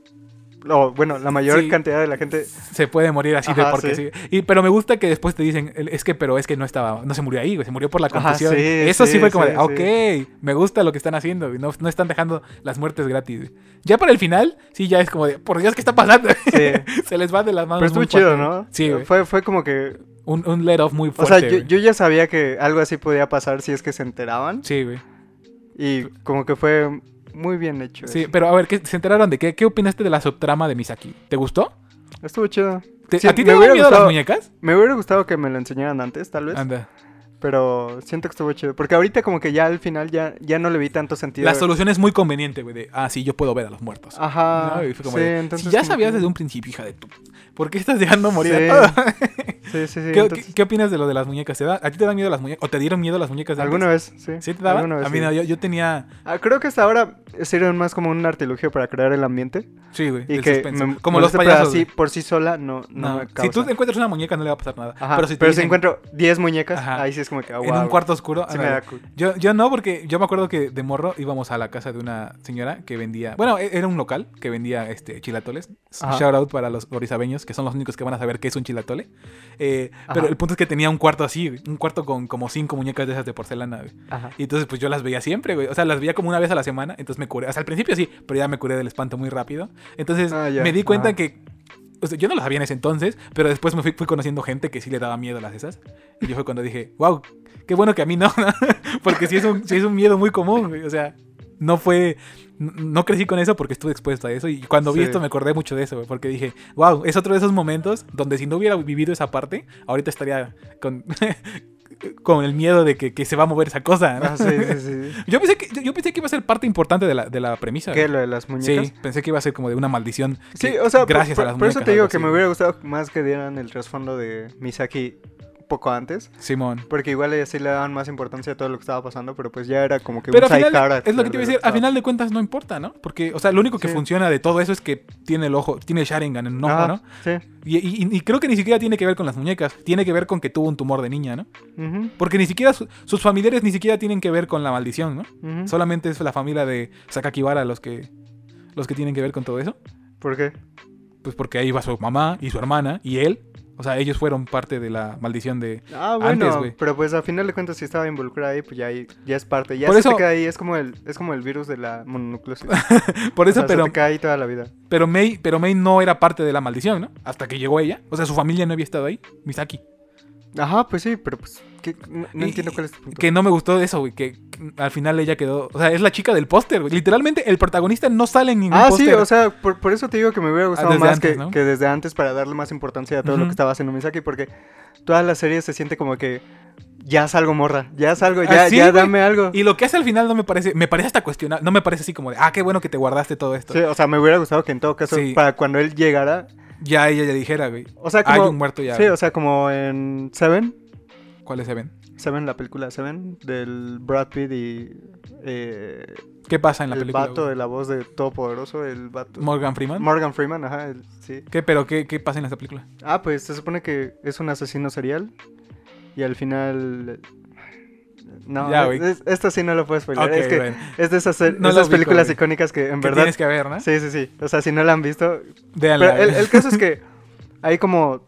Speaker 2: o bueno, la mayor
Speaker 1: Sí.
Speaker 2: cantidad de la gente,
Speaker 1: Se puede morir así de
Speaker 2: Ajá,
Speaker 1: porque sí.
Speaker 2: sí.
Speaker 1: Y, pero me gusta que después te dicen, el- es que, pero es que no estaba, no se murió ahí, güey, se murió por la
Speaker 2: Ajá,
Speaker 1: confusión.
Speaker 2: sí,
Speaker 1: Eso sí,
Speaker 2: sí,
Speaker 1: fue como
Speaker 2: sí,
Speaker 1: de, ah, ok, me gusta lo que están haciendo, güey, no, no están dejando las muertes gratis. güey. Ya para el final, sí, ya es como de, por Dios, ¿qué está pasando?
Speaker 2: sí.
Speaker 1: se les va de las manos.
Speaker 2: eh, Pero estuvo
Speaker 1: muy
Speaker 2: chido,
Speaker 1: fuerte.
Speaker 2: ¿no? Eh,
Speaker 1: Sí, güey.
Speaker 2: fue, fue como que,
Speaker 1: Un, un let off muy
Speaker 2: o
Speaker 1: fuerte.
Speaker 2: sea, yo,
Speaker 1: güey.
Speaker 2: yo ya sabía que algo así podía pasar si es que se enteraban
Speaker 1: Sí, güey.
Speaker 2: y como que fue muy bien hecho.
Speaker 1: Sí,
Speaker 2: eso.
Speaker 1: pero a ver, ¿qué, ¿se enteraron de qué? ¿Qué opinaste de la subtrama de Misaki? ¿Te gustó?
Speaker 2: Estuvo chido.
Speaker 1: ¿Te-
Speaker 2: Sí,
Speaker 1: ¿A ti
Speaker 2: me
Speaker 1: te daban
Speaker 2: hubiera
Speaker 1: miedo las
Speaker 2: gustado-
Speaker 1: muñecas?
Speaker 2: Me hubiera gustado que me lo enseñaran antes, tal vez,
Speaker 1: Anda.
Speaker 2: pero siento que estuvo chido. Porque ahorita como que ya al final ya, ya no le vi tanto sentido.
Speaker 1: La solución es muy conveniente, güey. de, ah, sí, yo puedo ver a los muertos.
Speaker 2: Ajá.
Speaker 1: No, y fue como
Speaker 2: Ah, sí,
Speaker 1: de,
Speaker 2: entonces
Speaker 1: si ya
Speaker 2: como
Speaker 1: sabías
Speaker 2: que-
Speaker 1: desde un principio, hija de tú. ¿Por qué estás dejando morir
Speaker 2: Sí,
Speaker 1: a todos?
Speaker 2: Sí, sí, sí.
Speaker 1: ¿Qué,
Speaker 2: entonces-
Speaker 1: qué- qué opinas de lo de las muñecas? ¿Te da- ¿A ti te dan miedo las muñecas? ¿O te dieron miedo las muñecas? de
Speaker 2: Alguna
Speaker 1: antes?
Speaker 2: vez, sí.
Speaker 1: ¿Sí te daban?
Speaker 2: Alguna vez,
Speaker 1: a mí
Speaker 2: sí.
Speaker 1: no, yo, yo tenía.
Speaker 2: Ah, creo que hasta ahora sirven más como un artilugio para crear el ambiente.
Speaker 1: Sí, güey.
Speaker 2: Y
Speaker 1: el
Speaker 2: que
Speaker 1: suspenso.
Speaker 2: me-
Speaker 1: Como
Speaker 2: me
Speaker 1: los
Speaker 2: gusta, pero
Speaker 1: payasos.
Speaker 2: así
Speaker 1: güey.
Speaker 2: por sí sola no, no,
Speaker 1: No,
Speaker 2: me
Speaker 1: Si
Speaker 2: causa.
Speaker 1: tú encuentras una muñeca, no le va a pasar nada.
Speaker 2: Ajá,
Speaker 1: pero si, te dicen
Speaker 2: encuentro 10 muñecas,
Speaker 1: Ajá.
Speaker 2: ahí sí es como que, ah,
Speaker 1: en un
Speaker 2: guau,
Speaker 1: cuarto oscuro.
Speaker 2: sí me
Speaker 1: ándale.
Speaker 2: da cu-
Speaker 1: Yo, yo no, porque yo me acuerdo que de morro íbamos a la casa de una señora que vendía. Bueno, e- era un local que vendía este chilatoles.
Speaker 2: Ajá.
Speaker 1: Shout out para los orizabeños, que son los únicos que van a saber qué es un chilatole. Eh, pero
Speaker 2: Ajá.
Speaker 1: el punto es que tenía un cuarto así, güey, un cuarto con como cinco muñecas de esas de porcelana, güey.
Speaker 2: Ajá.
Speaker 1: Y entonces, pues yo las veía siempre, güey. O sea, las veía como una vez a la semana. Entonces me curé. Hasta al principio sí, pero ya me curé del espanto muy rápido. Entonces
Speaker 2: Ah, ya.
Speaker 1: me di cuenta
Speaker 2: Ajá.
Speaker 1: que. O sea, yo no lo sabía en ese entonces, pero después me fui, fui conociendo gente que sí le daba miedo a las esas. Y yo fue cuando dije, wow, qué bueno que a mí no. porque sí es un, sí es un miedo muy común, güey. O sea, no fue. n- No crecí con eso porque estuve expuesto a eso. Y cuando vi
Speaker 2: Sí.
Speaker 1: esto me acordé mucho de eso, güey. Porque dije, wow, es otro de esos momentos donde si no hubiera vivido esa parte, ahorita estaría con. con el miedo de que, que se va a mover esa cosa, ¿no?
Speaker 2: Ah, sí, sí, sí. sí.
Speaker 1: Yo pensé que, yo pensé que iba a ser parte importante de la, de la premisa.
Speaker 2: ¿Qué?
Speaker 1: güey.
Speaker 2: Lo de las muñecas.
Speaker 1: Sí, pensé que iba a ser como de una maldición.
Speaker 2: Sí,
Speaker 1: que
Speaker 2: o sea, por-
Speaker 1: gracias
Speaker 2: por,
Speaker 1: a las
Speaker 2: por eso
Speaker 1: muñecas,
Speaker 2: te digo
Speaker 1: algo
Speaker 2: que
Speaker 1: así.
Speaker 2: me hubiera gustado más que dieran el trasfondo de Misaki poco antes.
Speaker 1: Simón.
Speaker 2: Porque igual ella sí le daban más importancia a todo lo que estaba pasando, pero pues ya era como que
Speaker 1: Pero
Speaker 2: un
Speaker 1: al
Speaker 2: side
Speaker 1: final,
Speaker 2: character
Speaker 1: es lo que te iba a
Speaker 2: de
Speaker 1: decir, al
Speaker 2: que
Speaker 1: final de cuentas no importa, ¿no? Porque, o sea, lo único que
Speaker 2: Sí.
Speaker 1: funciona de todo eso es que tiene el ojo, tiene el Sharingan en un ojo,
Speaker 2: estaba-
Speaker 1: ¿no?
Speaker 2: Ajá, Sí.
Speaker 1: Y, y- y creo que ni siquiera tiene que ver con las muñecas, tiene que ver con que tuvo un tumor de niña, ¿no?
Speaker 2: Ujú,
Speaker 1: Porque ni siquiera su- sus familiares ni siquiera tienen que ver con la maldición, ¿no?
Speaker 2: ujú.
Speaker 1: Solamente es la familia de Sakakiwara los que, los que tienen que ver con todo eso.
Speaker 2: ¿Por qué?
Speaker 1: Pues porque ahí iba su mamá y su hermana y él. O sea, ellos fueron parte de la maldición de...
Speaker 2: Ah,
Speaker 1: Antes,
Speaker 2: bueno,
Speaker 1: güey.
Speaker 2: pero pues a final de cuentas si estaba involucrada ahí, pues ya, ahí- ya es parte. Ya
Speaker 1: Por
Speaker 2: se
Speaker 1: eso-
Speaker 2: te queda ahí, es como el, es como el virus de la mononucleosis.
Speaker 1: Por
Speaker 2: O
Speaker 1: eso,
Speaker 2: sea,
Speaker 1: pero,
Speaker 2: se te queda ahí toda la vida.
Speaker 1: pero, May, pero May no era parte de la maldición, ¿no? Hasta que llegó ella. O sea, su familia no había estado ahí. Misaki.
Speaker 2: Ajá, pues sí, pero pues ¿qué? no, no
Speaker 1: Y-
Speaker 2: entiendo cuál es tu punto.
Speaker 1: Que no me gustó eso, güey. Que que al final ella quedó... O sea, es la chica del póster, güey. Literalmente el protagonista no sale en ningún
Speaker 2: Ah, sí,
Speaker 1: póster.
Speaker 2: o sea, por, por eso te digo que me hubiera gustado
Speaker 1: desde
Speaker 2: más
Speaker 1: antes,
Speaker 2: que,
Speaker 1: ¿no?
Speaker 2: que desde antes para darle más importancia a todo lo
Speaker 1: Ujú.
Speaker 2: que estaba haciendo Misaki, porque toda la serie se siente como que ya salgo morra, ya salgo,
Speaker 1: Ah,
Speaker 2: ya,
Speaker 1: sí,
Speaker 2: ya
Speaker 1: güey.
Speaker 2: dame algo.
Speaker 1: Y lo que hace al final no me parece... Me parece hasta cuestionable. No me parece así como de... Ah, qué bueno que te guardaste todo esto.
Speaker 2: Sí, o sea, me hubiera gustado que en todo caso,
Speaker 1: Sí.
Speaker 2: para cuando él llegara,
Speaker 1: Ya ella le dijera, güey.
Speaker 2: o sea,
Speaker 1: Hay
Speaker 2: como...
Speaker 1: un muerto ya.
Speaker 2: sí,
Speaker 1: güey.
Speaker 2: o sea, como en Seven,
Speaker 1: ¿Cuáles se ven?
Speaker 2: ¿Saben la película Seven? Del Brad Pitt y eh,
Speaker 1: ¿Qué pasa en la
Speaker 2: el
Speaker 1: película?
Speaker 2: vato
Speaker 1: güey?
Speaker 2: de la voz de Todopoderoso, el vato...
Speaker 1: Morgan Freeman.
Speaker 2: Morgan Freeman, ajá, el- sí.
Speaker 1: ¿Qué, pero qué, qué pasa en esa película?
Speaker 2: Ah, pues se supone que es un asesino serial y al final... eh, No,
Speaker 1: Ya, güey.
Speaker 2: es- esta sí no lo puedes spoiler.
Speaker 1: Ok,
Speaker 2: Pues es que
Speaker 1: bueno.
Speaker 2: es de esas, ser-
Speaker 1: No la
Speaker 2: esas
Speaker 1: ubico,
Speaker 2: películas
Speaker 1: güey.
Speaker 2: icónicas que en
Speaker 1: Que
Speaker 2: verdad...
Speaker 1: tienes que ver, ¿no?
Speaker 2: Sí, sí, sí. O sea, si no la han visto...
Speaker 1: Véanla,
Speaker 2: Pero el,
Speaker 1: güey.
Speaker 2: el caso es que hay como...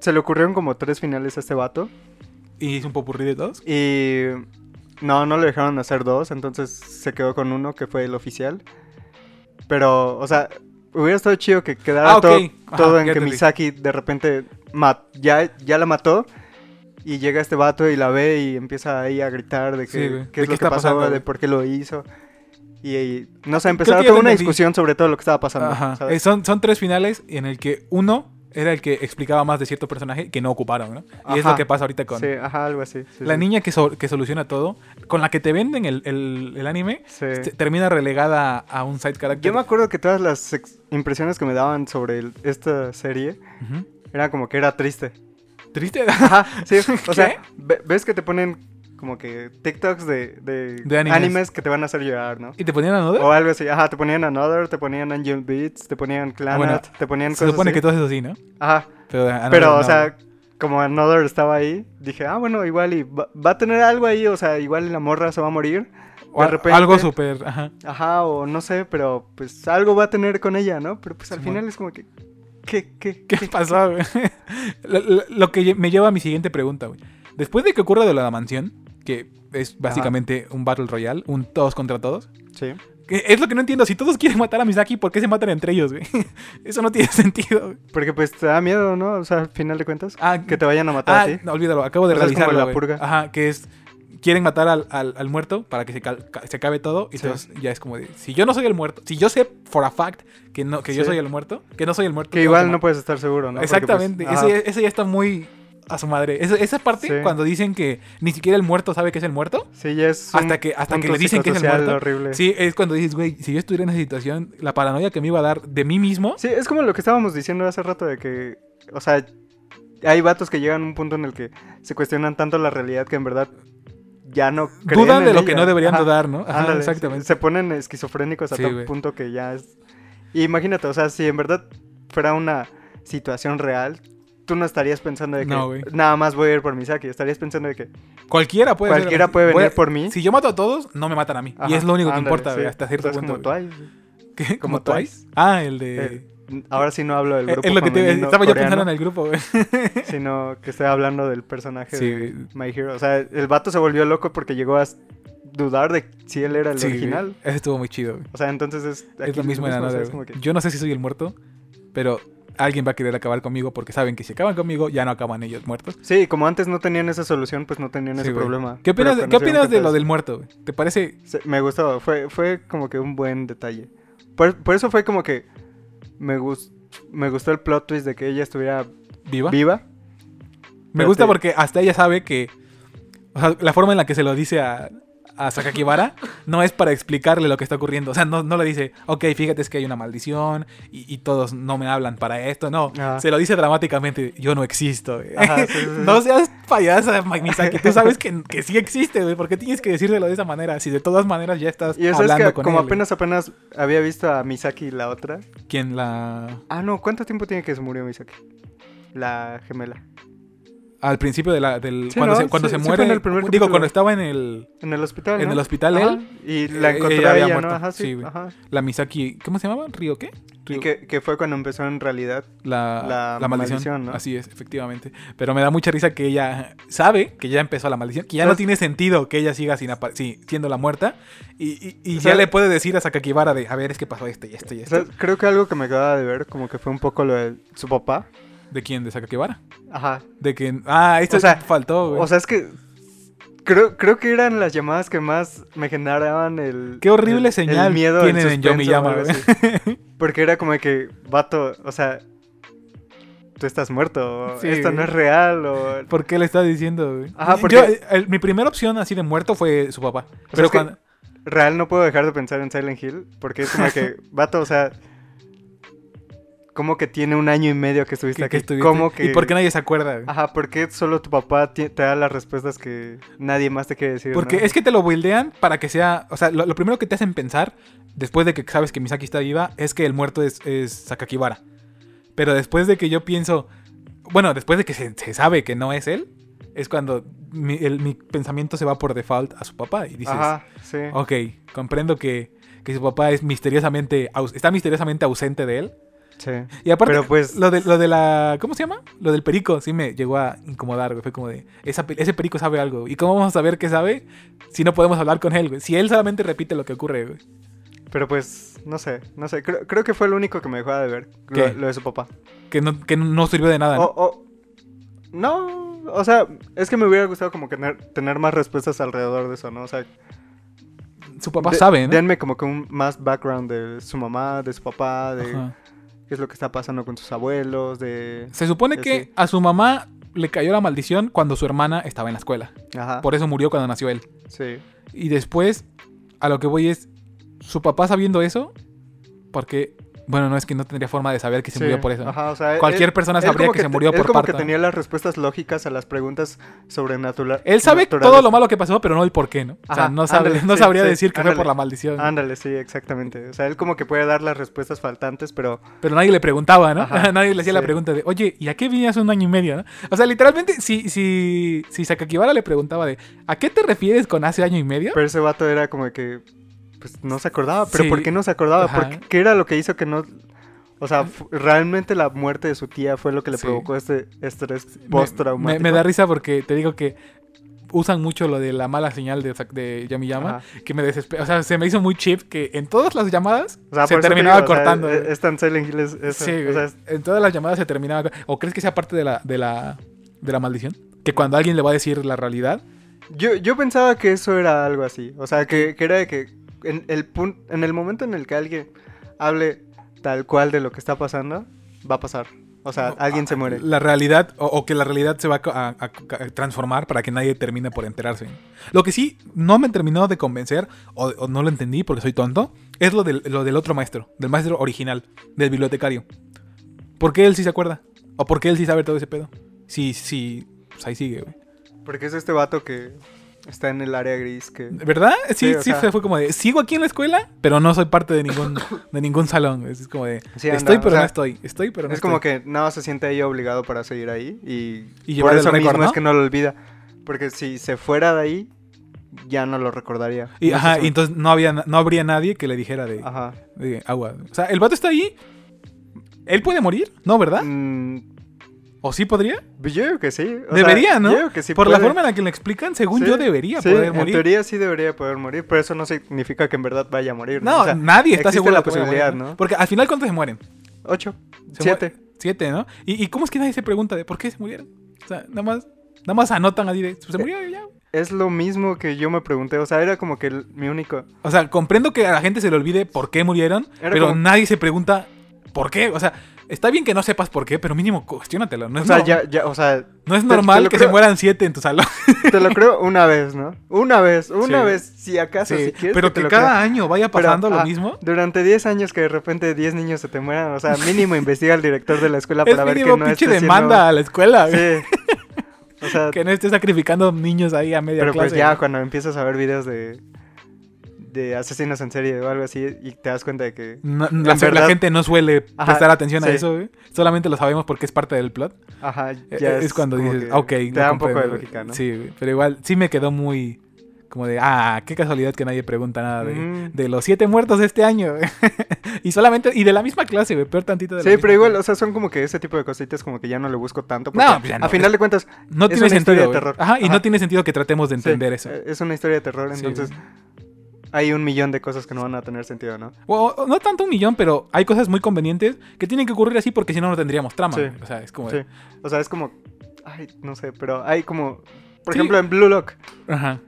Speaker 2: Se le ocurrieron como tres finales a este vato.
Speaker 1: ¿Y hizo un popurrí de todos?
Speaker 2: Y no, no le dejaron hacer dos, entonces se quedó con uno que fue el oficial. Pero, o sea, hubiera estado chido que quedara
Speaker 1: Ah, ok.
Speaker 2: todo,
Speaker 1: Ajá,
Speaker 2: todo en
Speaker 1: ya
Speaker 2: que
Speaker 1: entendí.
Speaker 2: Misaki de repente ma- ya, ya la mató. Y llega este vato y la ve y empieza ahí a gritar de que,
Speaker 1: Sí, güey.
Speaker 2: qué
Speaker 1: ¿De
Speaker 2: es
Speaker 1: qué
Speaker 2: lo que
Speaker 1: está
Speaker 2: pasó,
Speaker 1: pasando, güey?
Speaker 2: de por qué lo hizo. Y, y, no sé, empezaron
Speaker 1: Creo que ya
Speaker 2: toda
Speaker 1: lo
Speaker 2: una
Speaker 1: entendí.
Speaker 2: discusión sobre todo lo que estaba pasando.
Speaker 1: Ajá.
Speaker 2: ¿sabes?
Speaker 1: Eh, son, son tres finales en el que uno era el que explicaba más de cierto personaje que no ocuparon, ¿no? Y es lo
Speaker 2: Ajá.
Speaker 1: que pasa ahorita con
Speaker 2: Sí, ajá, algo así. sí,
Speaker 1: la
Speaker 2: sí.
Speaker 1: niña que, so- que soluciona todo, con la que te venden el, el- el anime,
Speaker 2: Sí.
Speaker 1: se- termina relegada a un side character.
Speaker 2: Yo me acuerdo que todas las ex- impresiones que me daban sobre el- esta serie
Speaker 1: Ujú.
Speaker 2: Era como que era triste.
Speaker 1: Triste.
Speaker 2: Ajá, sí. O
Speaker 1: ¿Qué?
Speaker 2: sea, ve- ves que te ponen como que TikToks de, de,
Speaker 1: De animes.
Speaker 2: animes. que te van a hacer llorar, ¿no?
Speaker 1: ¿Y te ponían a
Speaker 2: O algo así, ajá, te ponían Another, te ponían Angel Beats, te ponían Clannad,
Speaker 1: Ah, bueno,
Speaker 2: te ponían
Speaker 1: Se
Speaker 2: cosas
Speaker 1: supone
Speaker 2: así.
Speaker 1: que todo es así, ¿no?
Speaker 2: Ajá,
Speaker 1: Pero, ah, no,
Speaker 2: pero,
Speaker 1: no,
Speaker 2: o sea, como Another estaba ahí, dije, ah, bueno, igual y va, va a tener algo ahí, o sea, igual la morra se va a morir.
Speaker 1: o
Speaker 2: de
Speaker 1: al-
Speaker 2: repente-
Speaker 1: algo súper. Ajá.
Speaker 2: Ajá, o no sé, pero pues algo va a tener con ella, ¿no? Pero pues al
Speaker 1: Simón.
Speaker 2: final es como que, ¿qué, qué?
Speaker 1: ¿Qué pasó? güey? lo, lo- lo que lle- me lleva a mi siguiente pregunta, güey. Después de que ocurra de la mansión, que es básicamente un Battle Royale, un todos contra todos.
Speaker 2: Sí.
Speaker 1: que Es lo que no entiendo. Si todos quieren matar a Misaki, ¿por qué se matan entre ellos, güey? Eso no tiene sentido. güey.
Speaker 2: Porque pues te da miedo, ¿no? O sea, al final de cuentas,
Speaker 1: Ah,
Speaker 2: que te vayan a matar
Speaker 1: Ah,
Speaker 2: a ti.
Speaker 1: no, olvídalo, acabo de
Speaker 2: O sea, es como
Speaker 1: realizarlo.
Speaker 2: la
Speaker 1: güey.
Speaker 2: purga.
Speaker 1: Ajá, que es. Quieren matar al, al- al muerto para que se, cal- ca- se acabe todo. Y
Speaker 2: Sí.
Speaker 1: entonces ya es como de. Si yo no soy el muerto, si yo sé for a fact que no, que yo
Speaker 2: Sí.
Speaker 1: soy el muerto, que no soy el muerto.
Speaker 2: Que
Speaker 1: tengo
Speaker 2: igual
Speaker 1: ma-
Speaker 2: no puedes estar seguro, ¿no? Porque, pues,
Speaker 1: Exactamente.
Speaker 2: ajá.
Speaker 1: ese, ese ya está muy a su madre. Esa, esa parte,
Speaker 2: Sí.
Speaker 1: cuando dicen que ni siquiera el muerto sabe que es el muerto.
Speaker 2: Sí, ya es un
Speaker 1: Hasta que, hasta que
Speaker 2: punto
Speaker 1: le dicen que es el
Speaker 2: psicosocial
Speaker 1: muerto.
Speaker 2: horrible.
Speaker 1: Sí, es cuando dices, güey, si yo estuviera en esa situación, la paranoia que me iba a dar de mí mismo.
Speaker 2: Sí, es como lo que estábamos diciendo hace rato de que, o sea, hay vatos que llegan a un punto en el que se cuestionan tanto la realidad que en verdad ya no creen
Speaker 1: dudan
Speaker 2: en
Speaker 1: de lo que
Speaker 2: ella.
Speaker 1: no deberían
Speaker 2: Ajá,
Speaker 1: dudar, ¿no? Ajá,
Speaker 2: ándale,
Speaker 1: exactamente.
Speaker 2: Se ponen esquizofrénicos a
Speaker 1: Sí,
Speaker 2: tal
Speaker 1: güey.
Speaker 2: punto que ya es... Imagínate, o sea, si en verdad fuera una situación real, tú no estarías pensando de que
Speaker 1: No, güey.
Speaker 2: nada más voy a ir por Misaki, estarías pensando de que
Speaker 1: Cualquiera puede ser-
Speaker 2: cualquiera puede venir
Speaker 1: voy-
Speaker 2: por mí.
Speaker 1: Si yo mato a todos, no me matan a mí. y
Speaker 2: Ajá,
Speaker 1: es lo único que
Speaker 2: ándale,
Speaker 1: importa,
Speaker 2: sí.
Speaker 1: güey, hasta cierto
Speaker 2: Entonces,
Speaker 1: punto.
Speaker 2: como Twice.
Speaker 1: güey. ¿Qué?
Speaker 2: como
Speaker 1: ¿Como Twice? Ah, el de.
Speaker 2: Eh, ahora sí no hablo del
Speaker 1: Eh,
Speaker 2: grupo
Speaker 1: es lo que te
Speaker 2: femenino
Speaker 1: Estaba yo
Speaker 2: coreano.
Speaker 1: pensando en el grupo, güey.
Speaker 2: sino que estoy hablando del personaje
Speaker 1: Sí, güey.
Speaker 2: de My Hero. O sea, el vato se volvió loco porque llegó a s- dudar de si él era el
Speaker 1: Sí, güey.
Speaker 2: original.
Speaker 1: Ese estuvo muy chido, güey.
Speaker 2: O sea, entonces es, aquí
Speaker 1: Es lo mismo en
Speaker 2: o sea,
Speaker 1: Another.
Speaker 2: es como que-
Speaker 1: Yo no sé si soy el muerto, pero alguien va a querer acabar conmigo porque saben que si acaban conmigo, ya no acaban ellos muertos.
Speaker 2: Sí, como antes no tenían esa solución, pues no tenían
Speaker 1: Sí,
Speaker 2: ese
Speaker 1: güey.
Speaker 2: problema.
Speaker 1: ¿Qué
Speaker 2: Pero
Speaker 1: opinas, ¿qué
Speaker 2: cuando se dieron
Speaker 1: opinas de
Speaker 2: cuenta
Speaker 1: lo del muerto, güey? ¿Te parece?
Speaker 2: se- Me gustó, fue, fue como que un buen detalle. Por, por eso fue como que me, gus- me gustó el plot twist de que ella estuviera
Speaker 1: ¿Viva?
Speaker 2: viva.
Speaker 1: Me gusta
Speaker 2: espérate.
Speaker 1: porque hasta ella sabe que. O sea, la forma en la que se lo dice a, a Sakakibara no es para explicarle lo que está ocurriendo. O sea, no, no le dice, ok, fíjate es que hay una maldición y, y todos no me hablan para esto. No,
Speaker 2: Ajá.
Speaker 1: se lo dice dramáticamente, yo no existo. güey.
Speaker 2: Ah. Ajá, sí, sí, sí.
Speaker 1: no seas payasa, Ma- Misaki. Tú sabes que, que sí existe, güey. ¿Por qué tienes que decírselo de esa manera? Si de todas maneras ya estás
Speaker 2: Y eso es
Speaker 1: hablando
Speaker 2: que
Speaker 1: con
Speaker 2: como
Speaker 1: él.
Speaker 2: apenas apenas había visto a Misaki la otra.
Speaker 1: ¿Quién la...?
Speaker 2: Ah, no, ¿cuánto tiempo tiene que se murió Misaki? La gemela.
Speaker 1: Al principio de la- del...
Speaker 2: Sí,
Speaker 1: cuando
Speaker 2: ¿no?
Speaker 1: se, cuando
Speaker 2: Sí,
Speaker 1: se
Speaker 2: sí fue
Speaker 1: muere...
Speaker 2: en el primer
Speaker 1: digo,
Speaker 2: capítulo.
Speaker 1: cuando estaba en el...
Speaker 2: En el hospital.
Speaker 1: En
Speaker 2: ¿no?
Speaker 1: el hospital,
Speaker 2: Ajá,
Speaker 1: él.
Speaker 2: Y la
Speaker 1: eh,
Speaker 2: encontró
Speaker 1: ella había
Speaker 2: ella, ¿no?
Speaker 1: muerto.
Speaker 2: Ajá, sí.
Speaker 1: Sí, güey.
Speaker 2: ajá.
Speaker 1: La Misaki, ¿cómo se llamaba? ¿Río qué?
Speaker 2: Y
Speaker 1: Ryo-
Speaker 2: que, que fue cuando empezó en realidad.
Speaker 1: la,
Speaker 2: la
Speaker 1: la maldición.
Speaker 2: maldición, ¿no?
Speaker 1: Así es, efectivamente. Pero me da mucha risa que ella sabe que ya empezó la maldición, que ya no
Speaker 2: ¿Sabes?
Speaker 1: tiene sentido que ella siga sin apa- sí, siendo la muerta. Y, y- y
Speaker 2: O
Speaker 1: ya
Speaker 2: sea-
Speaker 1: le puede decir a Sakakibara de, a ver, es que pasó esto y esto y este".
Speaker 2: O
Speaker 1: esto.
Speaker 2: sea, creo que algo que me acaba de ver, como que fue un poco lo de su papá.
Speaker 1: ¿De quién? ¿De Sakakibara?
Speaker 2: Ajá.
Speaker 1: De que, ah, esto
Speaker 2: O sea,
Speaker 1: faltó, güey.
Speaker 2: O sea, es que. Creo, creo que eran las llamadas que más me generaban el.
Speaker 1: Qué horrible
Speaker 2: el- el
Speaker 1: señal
Speaker 2: miedo, el
Speaker 1: tienen en
Speaker 2: suspenso,
Speaker 1: Yomiyama,
Speaker 2: o algo
Speaker 1: güey.
Speaker 2: así. Porque era como que, vato, o sea. Tú estás muerto. o
Speaker 1: Sí,
Speaker 2: esto no
Speaker 1: güey.
Speaker 2: es real. O,
Speaker 1: ¿Por qué le está diciendo, güey?
Speaker 2: Ajá, porque-
Speaker 1: Yo, el- mi primera opción así de muerto fue su papá. Pero
Speaker 2: es que-
Speaker 1: cuando-
Speaker 2: real no puedo dejar de pensar en Silent Hill porque es como que, vato, o sea, como que tiene un año y medio que estuviste
Speaker 1: que- que
Speaker 2: aquí?
Speaker 1: estuviste-
Speaker 2: ¿Cómo que...?
Speaker 1: ¿Y por qué nadie se acuerda? güey?
Speaker 2: Ajá, ¿por qué solo tu papá ti- te da las respuestas que nadie más te quiere decir?
Speaker 1: Porque
Speaker 2: no?
Speaker 1: es que te lo buildean para que sea. O sea, lo, lo primero que te hacen pensar, después de que sabes que Misaki está viva, es que el muerto es, es Sakakibara. Pero después de que yo pienso. Bueno, después de que se, se sabe que no es él, es cuando mi, el- mi pensamiento se va por default a su papá y dices.
Speaker 2: Ajá, sí.
Speaker 1: Ok, comprendo que, que su papá es misteriosamente. aus- está misteriosamente ausente de él.
Speaker 2: sí.
Speaker 1: Y aparte,
Speaker 2: Pero pues-
Speaker 1: lo, de, lo de la. ¿Cómo se llama? Lo del perico, sí me llegó a incomodar, güey. Fue como de. "Esa pe- ese perico sabe algo. ¿Y cómo vamos a saber qué sabe si no podemos hablar con él, güey? Si él solamente repite lo que ocurre, güey.
Speaker 2: Pero pues, no sé, no sé. Creo, creo que fue lo único que me dejó de ver,
Speaker 1: ¿Qué?
Speaker 2: lo, lo de su papá.
Speaker 1: Que no, que no sirvió de nada, ¿no?
Speaker 2: O, o- no, o sea, es que me hubiera gustado como que tener, tener más respuestas alrededor de eso, ¿no? O sea,
Speaker 1: Su papá
Speaker 2: De-
Speaker 1: sabe, ¿no?
Speaker 2: Denme como que un más background de su mamá, de su papá, de
Speaker 1: Ajá.
Speaker 2: qué es lo que está pasando con sus abuelos, de...
Speaker 1: Se supone que
Speaker 2: Ese-
Speaker 1: a su mamá le cayó la maldición cuando su hermana estaba en la escuela.
Speaker 2: Ajá.
Speaker 1: Por eso murió cuando nació él.
Speaker 2: Sí.
Speaker 1: Y después, a lo que voy es. Su papá sabiendo eso, porque Bueno, no es que no tendría forma de saber que se
Speaker 2: Sí,
Speaker 1: murió por eso.
Speaker 2: Ajá, o sea,
Speaker 1: Cualquier persona
Speaker 2: él
Speaker 1: sabría
Speaker 2: como
Speaker 1: que se murió
Speaker 2: te- él
Speaker 1: por
Speaker 2: como
Speaker 1: parto.
Speaker 2: que tenía las respuestas lógicas a las preguntas sobrenaturales.
Speaker 1: Él sabe todo lo malo que pasó, pero no el por qué, ¿no? o sea,
Speaker 2: Ajá,
Speaker 1: no, sabe-
Speaker 2: ándale,
Speaker 1: no
Speaker 2: sí,
Speaker 1: sabría
Speaker 2: sí,
Speaker 1: decir que fue por
Speaker 2: ándale.
Speaker 1: la maldición.
Speaker 2: Ándale, sí, exactamente. O sea, él como que puede dar las respuestas faltantes, pero
Speaker 1: Pero nadie le preguntaba, ¿no?
Speaker 2: Ajá,
Speaker 1: nadie le hacía la
Speaker 2: sí.
Speaker 1: pregunta de, oye, ¿y a qué venías un año y medio, no? O sea, literalmente, si, si, si Sakakiwara le preguntaba de, ¿a qué te refieres con hace año y medio?
Speaker 2: Pero ese vato era como que. Pues no se acordaba. ¿Pero
Speaker 1: Sí.
Speaker 2: por qué no se acordaba?
Speaker 1: Ajá.
Speaker 2: ¿Por qué, qué era lo que hizo que no.? O sea, fu- realmente la muerte de su tía fue lo que le
Speaker 1: Sí.
Speaker 2: provocó este estrés
Speaker 1: Me- me,
Speaker 2: postraumático.
Speaker 1: me da risa porque te digo que usan mucho lo de la mala señal de, Sak- de Yamiyama,
Speaker 2: Ajá.
Speaker 1: que me desespera. O sea, se me hizo muy chip que en todas las llamadas
Speaker 2: O sea,
Speaker 1: se
Speaker 2: por eso te
Speaker 1: terminaba
Speaker 2: digo, o sea, e,
Speaker 1: cortando.
Speaker 2: es- es tan Silent Hill, es- es-
Speaker 1: Sí,
Speaker 2: o sea,
Speaker 1: güey.
Speaker 2: es-
Speaker 1: en todas las llamadas se terminaba. ¿O crees que sea parte de la, de la, de la maldición? Que cuando alguien le va a decir la realidad,
Speaker 2: yo, yo pensaba que eso era algo así. O sea, que, que era de que en el, pun- en el momento en el que alguien hable tal cual de lo que está pasando, va a pasar. O sea, alguien se muere.
Speaker 1: ah, la realidad, o, o que la realidad se va a, a- a transformar para que nadie termine por enterarse. Lo que sí no me terminó de convencer, o, o no lo entendí porque soy tonto, es lo del, lo del otro maestro, del maestro original, del bibliotecario. ¿Por qué él sí se acuerda? ¿O por qué él sí sabe todo ese pedo? Sí, sí, pues ahí sigue, güey.
Speaker 2: Porque es este vato que está en el área gris que...
Speaker 1: ¿Verdad? Sí,
Speaker 2: Sí,
Speaker 1: sí,
Speaker 2: o sea-
Speaker 1: fue- fue como de, sigo aquí en la escuela, pero no soy parte de ningún, de ningún salón. Es como de,
Speaker 2: Sí, anda,
Speaker 1: estoy
Speaker 2: o
Speaker 1: pero
Speaker 2: sea,
Speaker 1: no estoy, estoy pero no
Speaker 2: Es como que nada se siente ahí obligado para seguir ahí y,
Speaker 1: Este, Y
Speaker 2: por
Speaker 1: llevar el
Speaker 2: eso
Speaker 1: récord,
Speaker 2: mismo
Speaker 1: ¿no?
Speaker 2: es que no lo olvida. Porque si se fuera de ahí, ya no lo recordaría.
Speaker 1: Y,
Speaker 2: No sé Ah.
Speaker 1: ajá,
Speaker 2: si-
Speaker 1: y entonces no, había, na- no habría nadie que le dijera de,
Speaker 2: Ajá.
Speaker 1: de agua. O sea, el vato está ahí. ¿Él puede morir? ¿No, verdad?
Speaker 2: Mm,
Speaker 1: ¿O sí podría?
Speaker 2: yo digo que sí. o
Speaker 1: Debería, ¿no?
Speaker 2: Yo digo que sí
Speaker 1: Por la
Speaker 2: puede.
Speaker 1: forma en la que lo explican, según
Speaker 2: Sí,
Speaker 1: yo debería
Speaker 2: sí,
Speaker 1: poder
Speaker 2: En
Speaker 1: morir.
Speaker 2: teoría sí debería poder morir, pero eso no significa que en verdad vaya a morir.
Speaker 1: no,
Speaker 2: O sea,
Speaker 1: nadie está
Speaker 2: existe
Speaker 1: seguro
Speaker 2: la
Speaker 1: de que pueda
Speaker 2: posibilidad,
Speaker 1: morir,
Speaker 2: ¿no?
Speaker 1: Porque al final, ¿cuántos se mueren?
Speaker 2: Ocho,
Speaker 1: Se
Speaker 2: siete.
Speaker 1: muere- Siete, ¿no? ¿Y, y cómo es que nadie se pregunta de por qué se murieron? O sea, nada más, nada más anotan así de,
Speaker 2: Eh,
Speaker 1: se murió y ya.
Speaker 2: Es lo mismo que yo me pregunté. O sea, era como que el- mi único...
Speaker 1: O sea, comprendo que a la gente se le olvide por qué murieron,
Speaker 2: Era
Speaker 1: pero
Speaker 2: como-
Speaker 1: nadie se pregunta por qué. O sea, está bien que no sepas por qué, pero mínimo cuestiónatelo. No
Speaker 2: O
Speaker 1: es,
Speaker 2: sea,
Speaker 1: nor-
Speaker 2: ya, ya, o sea,
Speaker 1: no es
Speaker 2: te- te
Speaker 1: normal
Speaker 2: lo
Speaker 1: que se
Speaker 2: creo.
Speaker 1: mueran siete en tu salón.
Speaker 2: Te lo creo una vez, ¿no? Una vez, una
Speaker 1: Sí.
Speaker 2: vez, si acaso,
Speaker 1: Sí,
Speaker 2: si quieres.
Speaker 1: pero
Speaker 2: te
Speaker 1: que
Speaker 2: lo
Speaker 1: cada
Speaker 2: creo.
Speaker 1: año vaya
Speaker 2: Pero,
Speaker 1: pasando lo
Speaker 2: ah,
Speaker 1: mismo.
Speaker 2: Durante 10 años que de repente 10 niños se te mueran, o sea, mínimo investiga al director de la escuela
Speaker 1: Es
Speaker 2: para ver que
Speaker 1: mínimo
Speaker 2: no
Speaker 1: pinche
Speaker 2: esté
Speaker 1: demanda a la escuela, güey,
Speaker 2: siendo- Sí. O sea,
Speaker 1: que no esté sacrificando niños ahí a media
Speaker 2: pero
Speaker 1: clase.
Speaker 2: pues ya
Speaker 1: güey.
Speaker 2: cuando empiezas a ver videos de de asesinos en serie o algo así y te das cuenta de que
Speaker 1: No- la,
Speaker 2: en verdad-
Speaker 1: la gente no suele
Speaker 2: Ajá,
Speaker 1: prestar atención a
Speaker 2: sí.
Speaker 1: eso, güey. solamente lo sabemos porque es parte del plot.
Speaker 2: ajá,
Speaker 1: Eh,
Speaker 2: ya
Speaker 1: es, cuando
Speaker 2: como
Speaker 1: dices,
Speaker 2: que
Speaker 1: ok.
Speaker 2: te
Speaker 1: lo
Speaker 2: da un poco de
Speaker 1: comprendo, güey".
Speaker 2: lógica, ¿no?
Speaker 1: Sí, güey, pero igual sí me quedó muy como de, ah, qué casualidad que nadie pregunta nada de,
Speaker 2: Ujú.
Speaker 1: de los siete muertos de este año. güey. y solamente, y de la misma clase, güey, peor tantito de la
Speaker 2: Sí,
Speaker 1: misma
Speaker 2: pero igual,
Speaker 1: clase.
Speaker 2: o sea, son como que ese tipo de cositas como que ya no le busco tanto.
Speaker 1: No, pues,
Speaker 2: porque
Speaker 1: ya no,
Speaker 2: A final de cuentas,
Speaker 1: No
Speaker 2: es
Speaker 1: tiene
Speaker 2: una historia
Speaker 1: sentido.
Speaker 2: de
Speaker 1: güey.
Speaker 2: terror.
Speaker 1: Ajá, y
Speaker 2: Ajá.
Speaker 1: no tiene sentido que tratemos de
Speaker 2: Sí,
Speaker 1: entender eso.
Speaker 2: eh, Es una historia de terror,
Speaker 1: Sí,
Speaker 2: entonces hay un millón de cosas que no van a tener sentido, ¿no?
Speaker 1: O- o no tanto un millón, pero hay cosas muy convenientes que tienen que ocurrir así porque si no, no tendríamos trama.
Speaker 2: Sí.
Speaker 1: güey. O sea, es como.
Speaker 2: Sí.
Speaker 1: de-
Speaker 2: O sea, es como. Ay, no sé, pero hay como. Por
Speaker 1: Sí.
Speaker 2: ejemplo, en Blue Lock.
Speaker 1: Ajá.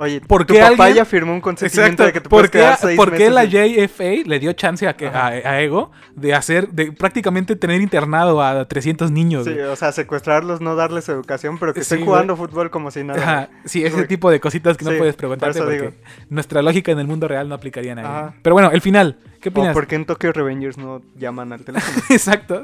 Speaker 2: Oye,
Speaker 1: ¿Por
Speaker 2: tu
Speaker 1: qué
Speaker 2: papá
Speaker 1: alguien-
Speaker 2: ya firmó un consentimiento
Speaker 1: Exacto.
Speaker 2: de que te
Speaker 1: ¿Por
Speaker 2: puedes
Speaker 1: qué,
Speaker 2: quedar seis
Speaker 1: por qué
Speaker 2: meses
Speaker 1: la
Speaker 2: en-
Speaker 1: JFA le dio chance a, que, a,
Speaker 2: Ajá.
Speaker 1: a Ego de hacer, de prácticamente tener internado a 300 niños?
Speaker 2: Sí,
Speaker 1: güey?
Speaker 2: o sea, secuestrarlos, no darles educación, pero que
Speaker 1: Sí,
Speaker 2: estén
Speaker 1: güey.
Speaker 2: jugando fútbol como si nada.
Speaker 1: Ajá, sí, ese
Speaker 2: Porque-
Speaker 1: tipo de cositas que no
Speaker 2: Sí,
Speaker 1: puedes preguntarte
Speaker 2: por
Speaker 1: porque
Speaker 2: eso
Speaker 1: nuestra lógica en el mundo real no aplicaría a nadie.
Speaker 2: Ajá.
Speaker 1: Pero bueno, el final, ¿qué
Speaker 2: O
Speaker 1: opinas?
Speaker 2: por qué en Tokyo Revengers no llaman al teléfono.
Speaker 1: Exacto.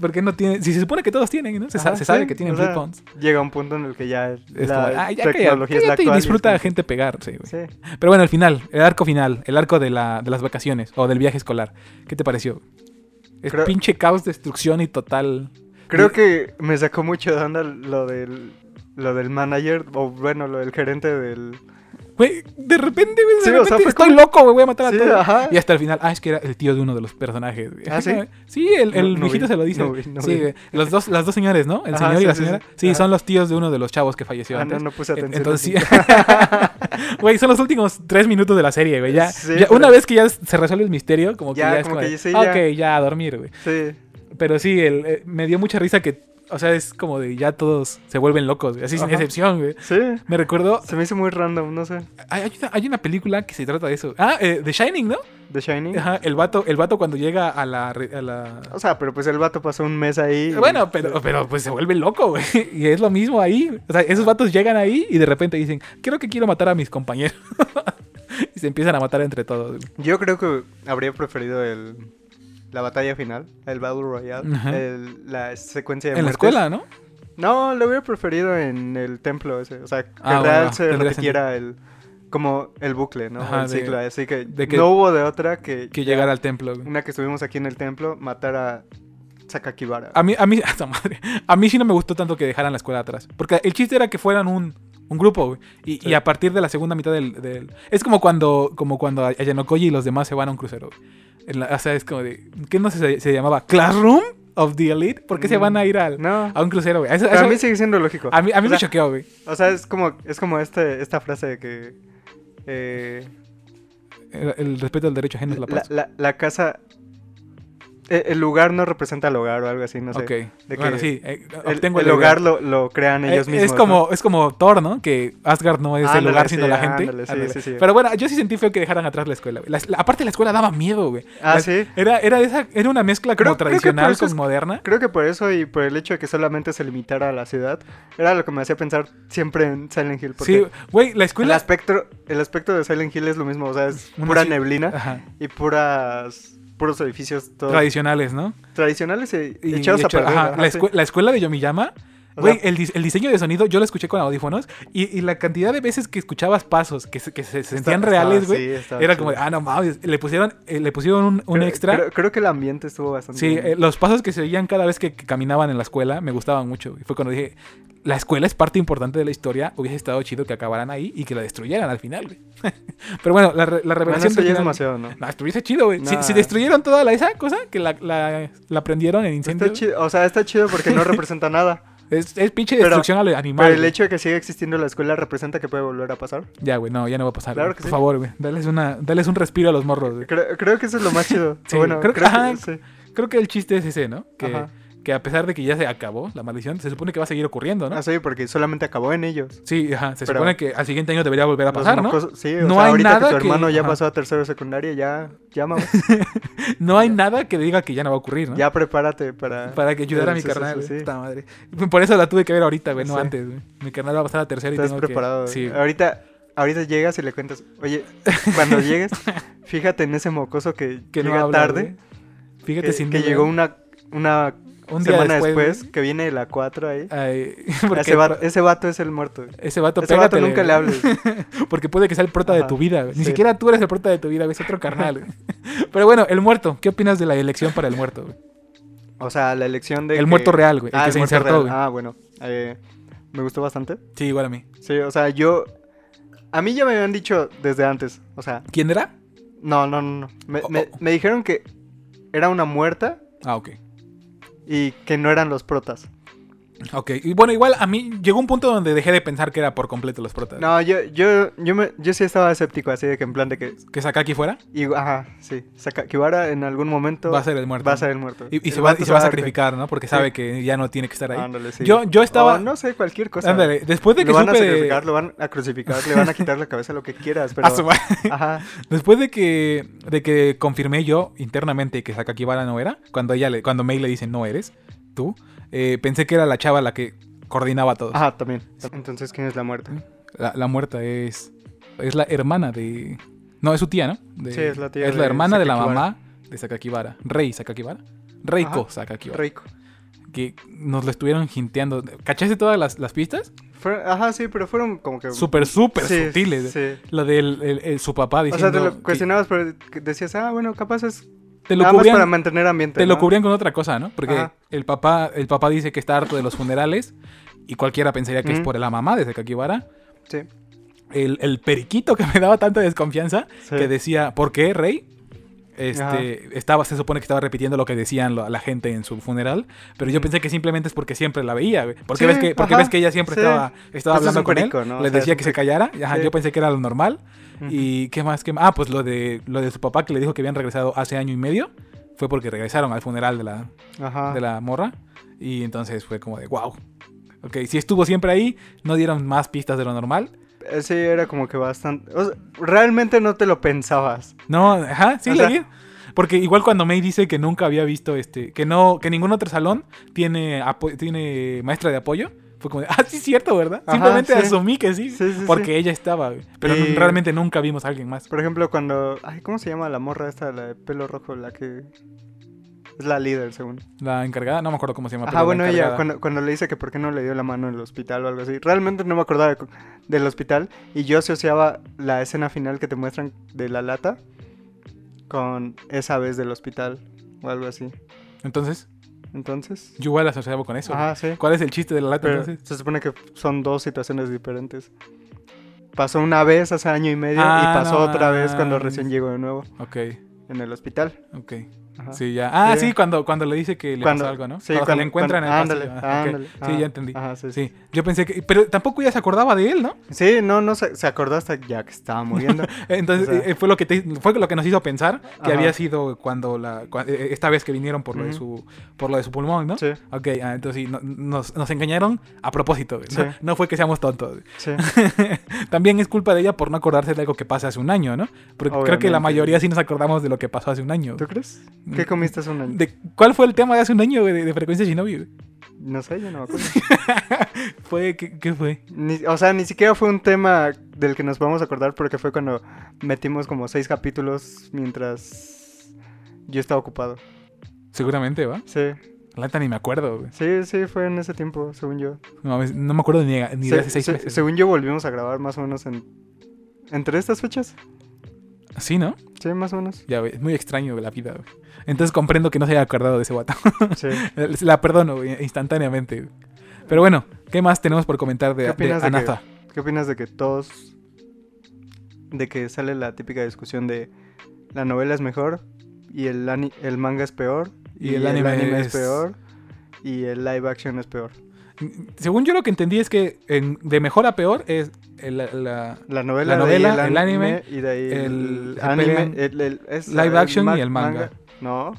Speaker 1: Porque no tiene, si se supone que todos tienen, ¿no? Se, sa-
Speaker 2: Ajá,
Speaker 1: se sabe
Speaker 2: Ah, sí,
Speaker 1: que tienen
Speaker 2: o sea,
Speaker 1: flip phones.
Speaker 2: Llega un punto en el que ya
Speaker 1: Es
Speaker 2: la
Speaker 1: como, "Ah, ya calla-
Speaker 2: tecnología es la
Speaker 1: cállate y
Speaker 2: actual.
Speaker 1: disfruta a
Speaker 2: es
Speaker 1: gente pegar, sí, güey.
Speaker 2: como- Sí.
Speaker 1: Pero bueno, el final, el arco final, el arco de, la, de las vacaciones o del viaje escolar. ¿Qué te pareció? Es
Speaker 2: Creo-
Speaker 1: pinche caos, destrucción y total.
Speaker 2: Creo que me sacó mucho de onda lo del, lo del manager, o bueno, lo del gerente del...
Speaker 1: Güey, de repente, güey, de
Speaker 2: Sí, o sea,
Speaker 1: repente
Speaker 2: fue
Speaker 1: estoy loco, güey, voy a matar
Speaker 2: Sí,
Speaker 1: a todos.
Speaker 2: ajá.
Speaker 1: Y hasta el final, ah, es que era el tío de uno de los personajes. güey.
Speaker 2: ¿Ah, sí?
Speaker 1: Sí, el, el
Speaker 2: No- no
Speaker 1: viejito
Speaker 2: vi,
Speaker 1: se lo dice.
Speaker 2: no vi, no
Speaker 1: sí,
Speaker 2: vi.
Speaker 1: güey. los dos, las dos señores, ¿no? El
Speaker 2: Ajá,
Speaker 1: señor y
Speaker 2: sí,
Speaker 1: la
Speaker 2: sí, sí.
Speaker 1: señora. Sí,
Speaker 2: Ajá.
Speaker 1: son los tíos de uno de los chavos que falleció
Speaker 2: Ah, no,
Speaker 1: antes.
Speaker 2: no puse atención.
Speaker 1: Entonces, sí.
Speaker 2: así.
Speaker 1: Güey, son los últimos tres minutos de la serie, güey. Ya,
Speaker 2: Sí,
Speaker 1: ya-
Speaker 2: pero-
Speaker 1: Una vez que ya se resuelve el misterio, como que ya,
Speaker 2: Ya,
Speaker 1: es
Speaker 2: como
Speaker 1: como.
Speaker 2: que
Speaker 1: de,
Speaker 2: sí,
Speaker 1: "Ah,
Speaker 2: ya".
Speaker 1: Ok, ya a dormir, güey.
Speaker 2: Sí.
Speaker 1: Pero sí, el, eh, me dio mucha risa que. O sea, es como de ya todos se vuelven locos, güey, así sin
Speaker 2: Ajá.
Speaker 1: excepción, güey.
Speaker 2: Sí.
Speaker 1: Me recuerdo.
Speaker 2: Se me hizo muy random, no sé.
Speaker 1: Hay, hay una, hay una película que se trata de eso. Ah, eh, The Shining, ¿no?
Speaker 2: The Shining.
Speaker 1: Ajá, el vato, el vato cuando llega a la. re- a la-
Speaker 2: O sea, pero pues el vato pasó un mes ahí. y-
Speaker 1: Bueno, pero, pero pues se vuelve loco, güey. Y es lo mismo ahí. O sea, esos vatos llegan ahí y de repente dicen, creo que quiero matar a mis compañeros. y se empiezan a matar entre todos. güey.
Speaker 2: Yo creo que habría preferido el, la batalla final, el Battle Royale,
Speaker 1: Ajá.
Speaker 2: el- la secuencia de
Speaker 1: En la
Speaker 2: muertes.
Speaker 1: escuela, ¿no?
Speaker 2: No, lo hubiera preferido en el templo ese. O sea, que
Speaker 1: Ah,
Speaker 2: en
Speaker 1: bueno,
Speaker 2: real
Speaker 1: va,
Speaker 2: se
Speaker 1: tendría
Speaker 2: repitiera el. Como el bucle, ¿no?
Speaker 1: Ajá,
Speaker 2: el
Speaker 1: de-
Speaker 2: ciclo. Así que,
Speaker 1: de que-
Speaker 2: no hubo de otra que.
Speaker 1: Que llegar al templo. güey.
Speaker 2: Una que estuvimos aquí en el templo, matar a Sakakibara.
Speaker 1: A mí, a mí, hasta madre. A mí sí no me gustó tanto que dejaran la escuela atrás. Porque el chiste era que fueran un, un grupo, güey. Y, y
Speaker 2: Sí.
Speaker 1: a partir de la segunda mitad del. del- es como cuando, como cuando Ayanokoyi y los demás se van a un crucero. güey. En la- o sea, es como de. ¿Qué no se, se llamaba? ¿Classroom of the Elite? ¿Por qué se
Speaker 2: Mm,
Speaker 1: van a ir al,
Speaker 2: No.
Speaker 1: a un crucero, güey? Eso-
Speaker 2: Pero a
Speaker 1: ah, eso-
Speaker 2: mí sigue siendo lógico.
Speaker 1: a mí, a mí
Speaker 2: O
Speaker 1: me
Speaker 2: sea,
Speaker 1: choqueó, güey.
Speaker 2: O sea, es como, es como este, esta frase de que. eh,
Speaker 1: El, el respeto al derecho ajeno es la
Speaker 2: la,
Speaker 1: paz.
Speaker 2: la- la casa. e- El lugar no representa el hogar o algo así, no sé.
Speaker 1: ok.
Speaker 2: de
Speaker 1: bueno,
Speaker 2: que
Speaker 1: sí. eh,
Speaker 2: El,
Speaker 1: obtengo
Speaker 2: el
Speaker 1: la idea.
Speaker 2: hogar lo, lo crean
Speaker 1: Eh,
Speaker 2: ellos mismos.
Speaker 1: Es como, es como Thor, ¿no? Que Asgard no es el
Speaker 2: Ándale,
Speaker 1: lugar,
Speaker 2: sí,
Speaker 1: sino la gente.
Speaker 2: ándale, sí,
Speaker 1: Ándale.
Speaker 2: sí, sí.
Speaker 1: Pero bueno, yo sí sentí feo que dejaran atrás la escuela. güey. La- la- aparte, la escuela daba miedo, güey.
Speaker 2: ¿no? Ah,
Speaker 1: La-
Speaker 2: sí.
Speaker 1: Era, era, esa, era una mezcla
Speaker 2: Creo-
Speaker 1: como
Speaker 2: creo que por
Speaker 1: tradicional
Speaker 2: eso
Speaker 1: con
Speaker 2: es-
Speaker 1: moderna.
Speaker 2: Creo que por eso y por el hecho de que solamente se limitara a la ciudad, era lo que me hacía pensar siempre en Silent Hill. Porque
Speaker 1: Sí, güey, la
Speaker 2: el,
Speaker 1: escuela.
Speaker 2: aspecto, el aspecto de Silent Hill es lo mismo, o sea, es
Speaker 1: Una
Speaker 2: pura
Speaker 1: ci- Ah.
Speaker 2: neblina
Speaker 1: Ajá.
Speaker 2: y puras, puros edificios todos
Speaker 1: Tradicionales, ¿no?
Speaker 2: tradicionales y,
Speaker 1: Y
Speaker 2: echados
Speaker 1: hecho-
Speaker 2: a perder.
Speaker 1: ajá,
Speaker 2: ajá,
Speaker 1: la,
Speaker 2: sí.
Speaker 1: escue- la escuela de Yomiyama.
Speaker 2: O
Speaker 1: Güey,
Speaker 2: sea,
Speaker 1: el, dis- el diseño de sonido yo lo escuché con audífonos y, y la cantidad de veces que escuchabas pasos que se, que se sentían
Speaker 2: está-
Speaker 1: reales,
Speaker 2: estaba-
Speaker 1: güey,
Speaker 2: sí, estaba
Speaker 1: era
Speaker 2: chido.
Speaker 1: como, de, ah, no mames, le pusieron, eh, le pusieron un, un
Speaker 2: Creo-
Speaker 1: extra.
Speaker 2: Creo, creo que el ambiente estuvo bastante.
Speaker 1: Sí,
Speaker 2: bien.
Speaker 1: eh, los pasos que se oían cada vez que, que caminaban en la escuela me gustaban mucho. Y fue cuando dije, la escuela es parte importante de la historia, hubiese estado chido que acabaran ahí y que la destruyeran al final, güey. Pero bueno, la, re- la
Speaker 2: Bueno,
Speaker 1: revelación...
Speaker 2: eso ya
Speaker 1: del
Speaker 2: es
Speaker 1: final-
Speaker 2: demasiado, ¿no?
Speaker 1: No, estuviese chido, güey. Si,
Speaker 2: Nah.
Speaker 1: si destruyeron toda la, esa cosa, que la, la, la prendieron en incendio,
Speaker 2: Está chido, o sea, está chido porque no representa nada.
Speaker 1: es, es pinche
Speaker 2: Pero-
Speaker 1: destrucción al animal.
Speaker 2: Pero el
Speaker 1: güey.
Speaker 2: hecho de que siga existiendo la escuela representa que puede volver a pasar.
Speaker 1: Ya, güey, no, ya no va a pasar.
Speaker 2: Claro
Speaker 1: güey.
Speaker 2: que
Speaker 1: Por
Speaker 2: sí.
Speaker 1: favor, güey, dales, una, dales un respiro a los morros, güey.
Speaker 2: Creo, creo que eso es lo más chido.
Speaker 1: Sí,
Speaker 2: bueno,
Speaker 1: creo
Speaker 2: creo,
Speaker 1: que- ajá.
Speaker 2: que sí.
Speaker 1: Creo que el chiste es ese, ¿no? Que,
Speaker 2: Ajá.
Speaker 1: que a pesar de que ya se acabó la maldición, se supone que va a seguir ocurriendo, ¿no?
Speaker 2: Ah, sí, porque solamente acabó en ellos.
Speaker 1: Sí, ajá, se
Speaker 2: Pero-
Speaker 1: supone que al siguiente año debería volver a pasar,
Speaker 2: Los
Speaker 1: ¿no?
Speaker 2: mocosos- Sí, o
Speaker 1: No
Speaker 2: sea,
Speaker 1: hay
Speaker 2: ahorita
Speaker 1: nada
Speaker 2: que tu
Speaker 1: que-
Speaker 2: hermano ya
Speaker 1: ajá.
Speaker 2: pasó a tercero de secundaria, ya, ya, mamá,
Speaker 1: No hay nada que diga que ya no va a ocurrir, ¿no?
Speaker 2: ya prepárate para...
Speaker 1: Para que ayudara a mi
Speaker 2: Sí, sí,
Speaker 1: carnal.
Speaker 2: sí, sí.
Speaker 1: güey. Puta madre. Por eso la tuve que ver ahorita, güey, no
Speaker 2: Sí.
Speaker 1: antes, güey. Mi carnal va a pasar a tercera y
Speaker 2: Estás
Speaker 1: tengo
Speaker 2: preparado.
Speaker 1: que... Sí, güey.
Speaker 2: Ahorita, ahorita llegas y le cuentas, oye, cuando llegues, fíjate en ese mocoso que,
Speaker 1: que no
Speaker 2: llega
Speaker 1: habla,
Speaker 2: tarde,
Speaker 1: güey.
Speaker 2: que,
Speaker 1: Fíjate si
Speaker 2: que llegó una, una
Speaker 1: un día
Speaker 2: semana después,
Speaker 1: después.
Speaker 2: que viene de la 4 ahí.
Speaker 1: güey. Ay, porque
Speaker 2: ese, vato, ese vato es el muerto.
Speaker 1: ese vato,
Speaker 2: Ese vato
Speaker 1: pégatele,
Speaker 2: nunca le
Speaker 1: güey.
Speaker 2: hables.
Speaker 1: Porque puede que sea el prota de
Speaker 2: Ajá,
Speaker 1: tu vida, güey. Ni
Speaker 2: sí.
Speaker 1: siquiera tú eres el prota de tu vida, güey. Es otro carnal, güey. Pero bueno, el muerto. ¿Qué opinas de la elección para el muerto, güey?
Speaker 2: O sea, la elección de
Speaker 1: El
Speaker 2: que-
Speaker 1: muerto real, güey. El
Speaker 2: Ah,
Speaker 1: que
Speaker 2: el
Speaker 1: se
Speaker 2: muerto
Speaker 1: insertó,
Speaker 2: real.
Speaker 1: güey.
Speaker 2: Ah, bueno. eh, me gustó bastante.
Speaker 1: Sí, igual a mí.
Speaker 2: Sí, o sea, yo. A mí ya me habían dicho desde antes. O sea,
Speaker 1: ¿Quién era?
Speaker 2: no, no, no. no. Me,
Speaker 1: Oh,
Speaker 2: me- me dijeron que era una muerta
Speaker 1: Ah, ok.
Speaker 2: y que no eran los protas.
Speaker 1: Ok, y bueno, igual a mí llegó un punto donde dejé de pensar que era por completo los protas.
Speaker 2: No, yo, yo, yo, me- yo sí estaba escéptico, así de que en plan de que.
Speaker 1: Que saca aquí fuera,
Speaker 2: Y, ajá, sí. Sakakibara en algún momento
Speaker 1: va a ser el muerto.
Speaker 2: va a ser el muerto.
Speaker 1: Y, y
Speaker 2: El
Speaker 1: se va,
Speaker 2: vato
Speaker 1: y se va a
Speaker 2: darte.
Speaker 1: sacrificar, ¿no? Porque sabe que ya no tiene que estar ahí.
Speaker 2: Ándale, sí.
Speaker 1: Yo, yo estaba...
Speaker 2: O no sé, cualquier cosa.
Speaker 1: Ándale, después de que
Speaker 2: lo van a
Speaker 1: supe de-
Speaker 2: sacrificar, lo van a crucificar, le van a quitar la cabeza, lo que quieras, pero...
Speaker 1: Ah, su madre.
Speaker 2: Ajá,
Speaker 1: Después de que, de que confirmé yo internamente que Sakakibara no era, cuando ella le, cuando Mei le dice no eres, tú, eh, pensé que era la chava la que coordinaba todo.
Speaker 2: ajá, también. Entonces, ¿quién es la muerta?
Speaker 1: La, la muerta es. Es la hermana de. No, es su tía, ¿no? De-
Speaker 2: Sí, es la tía
Speaker 1: Es la
Speaker 2: de
Speaker 1: hermana de la
Speaker 2: Sakakibara.
Speaker 1: mamá de Sakakibara. Rey Sakakibara. Reiko
Speaker 2: Ajá.
Speaker 1: Sakakibara.
Speaker 2: Rico.
Speaker 1: Que nos lo estuvieron jinteando. ¿Cachaste todas las, las pistas?
Speaker 2: Fue- ajá, sí, pero fueron como que...
Speaker 1: Súper, súper
Speaker 2: Sí,
Speaker 1: sutiles.
Speaker 2: Sí.
Speaker 1: Lo del el- el- su papá
Speaker 2: O
Speaker 1: diciendo.
Speaker 2: sea, te lo
Speaker 1: que-
Speaker 2: cuestionabas, pero que decías, ah, bueno, capaz es
Speaker 1: te lo
Speaker 2: nada más
Speaker 1: cubrían,
Speaker 2: para mantener ambiente,
Speaker 1: te lo
Speaker 2: ¿no?
Speaker 1: cubrían con otra cosa, ¿no? Porque
Speaker 2: Ajá.
Speaker 1: el papá, el papá dice que está harto de los funerales. Y cualquiera pensaría que es
Speaker 2: Mm.
Speaker 1: por la mamá de Sakakibara.
Speaker 2: Sí.
Speaker 1: el, el periquito que me daba tanta desconfianza,
Speaker 2: Sí.
Speaker 1: que decía, ¿por qué, Rey?
Speaker 2: Ajá.
Speaker 1: Este, estaba, se supone que estaba repitiendo lo que decían lo- la gente en su funeral, pero yo
Speaker 2: Mm.
Speaker 1: pensé que simplemente es porque siempre la veía, güey. Porque,
Speaker 2: Sí,
Speaker 1: ves, que, porque
Speaker 2: ajá,
Speaker 1: ves que ella siempre
Speaker 2: sí.
Speaker 1: estaba, estaba
Speaker 2: Pues es
Speaker 1: hablando
Speaker 2: un
Speaker 1: con él,
Speaker 2: perico, ¿no?
Speaker 1: le
Speaker 2: O sea,
Speaker 1: decía
Speaker 2: es un
Speaker 1: que se
Speaker 2: perico.
Speaker 1: callara, ajá,
Speaker 2: Sí.
Speaker 1: yo pensé que era lo normal.
Speaker 2: Ujú.
Speaker 1: ¿Y qué más? ¿Qué más? Ah, pues lo de, lo de su papá que le dijo que habían regresado hace año y medio, fue porque regresaron al funeral de la,
Speaker 2: Ajá.
Speaker 1: de la morra. Y entonces fue como de, wow. Ok, si estuvo siempre ahí, no dieron más pistas de lo normal.
Speaker 2: Eh, Sí, era como que bastante... o sea, realmente no te lo pensabas.
Speaker 1: No, ajá, sí
Speaker 2: O
Speaker 1: la
Speaker 2: sea-
Speaker 1: vi. Porque igual cuando May dice que nunca había visto este, que no, que ningún otro salón tiene apo- tiene maestra de apoyo, fue como, de, ah, sí es cierto, ¿verdad?
Speaker 2: Ajá,
Speaker 1: Simplemente
Speaker 2: sí.
Speaker 1: asumí que sí,
Speaker 2: Sí, sí, sí.
Speaker 1: porque ella estaba, güey. pero
Speaker 2: Y-
Speaker 1: realmente nunca vimos a alguien más.
Speaker 2: Por ejemplo, cuando... Ay, ¿cómo se llama la morra esta, la de pelo rojo, la que... Es la líder, según.
Speaker 1: La encargada, no me acuerdo cómo se llama.
Speaker 2: Ajá,
Speaker 1: Ah, pero la
Speaker 2: bueno, ella,
Speaker 1: encargada.
Speaker 2: cuando, cuando le dice que por qué no le dio la mano en el hospital o algo así, realmente no me acordaba co- del hospital y yo asociaba la escena final que te muestran de la lata con esa vez del hospital o algo así.
Speaker 1: Entonces,
Speaker 2: Entonces...
Speaker 1: yo igual la asociaba con eso.
Speaker 2: Ajá, sí.
Speaker 1: ¿Cuál es el chiste de la lata
Speaker 2: Pero
Speaker 1: entonces?
Speaker 2: se supone que son dos situaciones diferentes. Pasó una vez hace año y medio
Speaker 1: Ah,
Speaker 2: y pasó
Speaker 1: no
Speaker 2: otra vez cuando
Speaker 1: mames.
Speaker 2: recién llegó de nuevo
Speaker 1: Ok,
Speaker 2: en el hospital.
Speaker 1: ok.
Speaker 2: Ajá.
Speaker 1: Sí, ya. Ah,
Speaker 2: Sí.
Speaker 1: sí, cuando, cuando le dice que le
Speaker 2: Cuando-
Speaker 1: pasó algo, ¿no?
Speaker 2: sí,
Speaker 1: cuando, se
Speaker 2: cuando-
Speaker 1: le encuentran
Speaker 2: cuando-
Speaker 1: en el
Speaker 2: ándale,
Speaker 1: pasillo. Ah, ok.
Speaker 2: ándale,
Speaker 1: Sí,
Speaker 2: ah,
Speaker 1: ya entendí.
Speaker 2: Ajá, sí, sí.
Speaker 1: Sí, yo pensé que... Pero tampoco ella se acordaba de él, ¿no?
Speaker 2: Sí, no, no se, se acordó hasta ya que estaba muriendo.
Speaker 1: Entonces,
Speaker 2: O sea-
Speaker 1: eh, fue, lo que te- fue lo que nos hizo pensar que
Speaker 2: Ajá.
Speaker 1: había sido cuando la... cua- eh, esta vez que vinieron por lo, de,
Speaker 2: Ujú.
Speaker 1: su, por lo de su pulmón, ¿no?
Speaker 2: Sí,
Speaker 1: Ok, ah, entonces sí, no- nos, nos engañaron a propósito. güey. No,
Speaker 2: Sí.
Speaker 1: no fue que seamos tontos.
Speaker 2: sí.
Speaker 1: También es culpa de ella por no acordarse de algo que pasa hace un año, ¿no? Porque creo que
Speaker 2: Obviamente.
Speaker 1: la mayoría sí nos acordamos de lo que pasó hace un año.
Speaker 2: ¿Tú crees? ¿Qué comiste hace un año?
Speaker 1: Mm. ¿De ¿Cuál fue el tema de hace un año güey, de, de Frecuencia Shinobi? güey?
Speaker 2: No sé, yo no me acuerdo.
Speaker 1: ¿Fue, qué, qué fue?
Speaker 2: Ni- o sea, ni siquiera fue un tema del que nos podemos acordar porque fue cuando metimos como seis capítulos mientras yo estaba ocupado.
Speaker 1: Seguramente, ¿va?
Speaker 2: Sí,
Speaker 1: La neta ni me acuerdo. güey.
Speaker 2: sí, sí, fue en ese tiempo, según yo.
Speaker 1: No, mames, no me acuerdo ni, ni
Speaker 2: Se-
Speaker 1: de hace seis
Speaker 2: se-
Speaker 1: meses.
Speaker 2: Según yo, volvimos a grabar más o menos en. ¿Entre estas fechas?
Speaker 1: Sí, ¿no?
Speaker 2: Sí, más o menos.
Speaker 1: Ya, güey, es muy extraño la vida, güey. Entonces comprendo que no se haya acordado de ese guata.
Speaker 2: Sí.
Speaker 1: La perdono güey, instantáneamente. güey. Pero bueno, ¿qué más tenemos por comentar de,
Speaker 2: ¿Qué
Speaker 1: de
Speaker 2: opinas de que-
Speaker 1: Anaza?
Speaker 2: ¿Qué opinas de que todos. de que sale la típica discusión de. la novela es mejor, y el, ani- el manga es peor,
Speaker 1: Y el anime es-
Speaker 2: es peor, y el live action es peor.
Speaker 1: Según yo lo que entendí es que en- de mejor a peor es el- la,
Speaker 2: La novela,
Speaker 1: La
Speaker 2: de ahí
Speaker 1: novela, el anime,
Speaker 2: y de ahí
Speaker 1: el-
Speaker 2: el,
Speaker 1: se pelean
Speaker 2: anime, el, el- es-
Speaker 1: live
Speaker 2: el
Speaker 1: action y
Speaker 2: ma-
Speaker 1: el manga.
Speaker 2: No,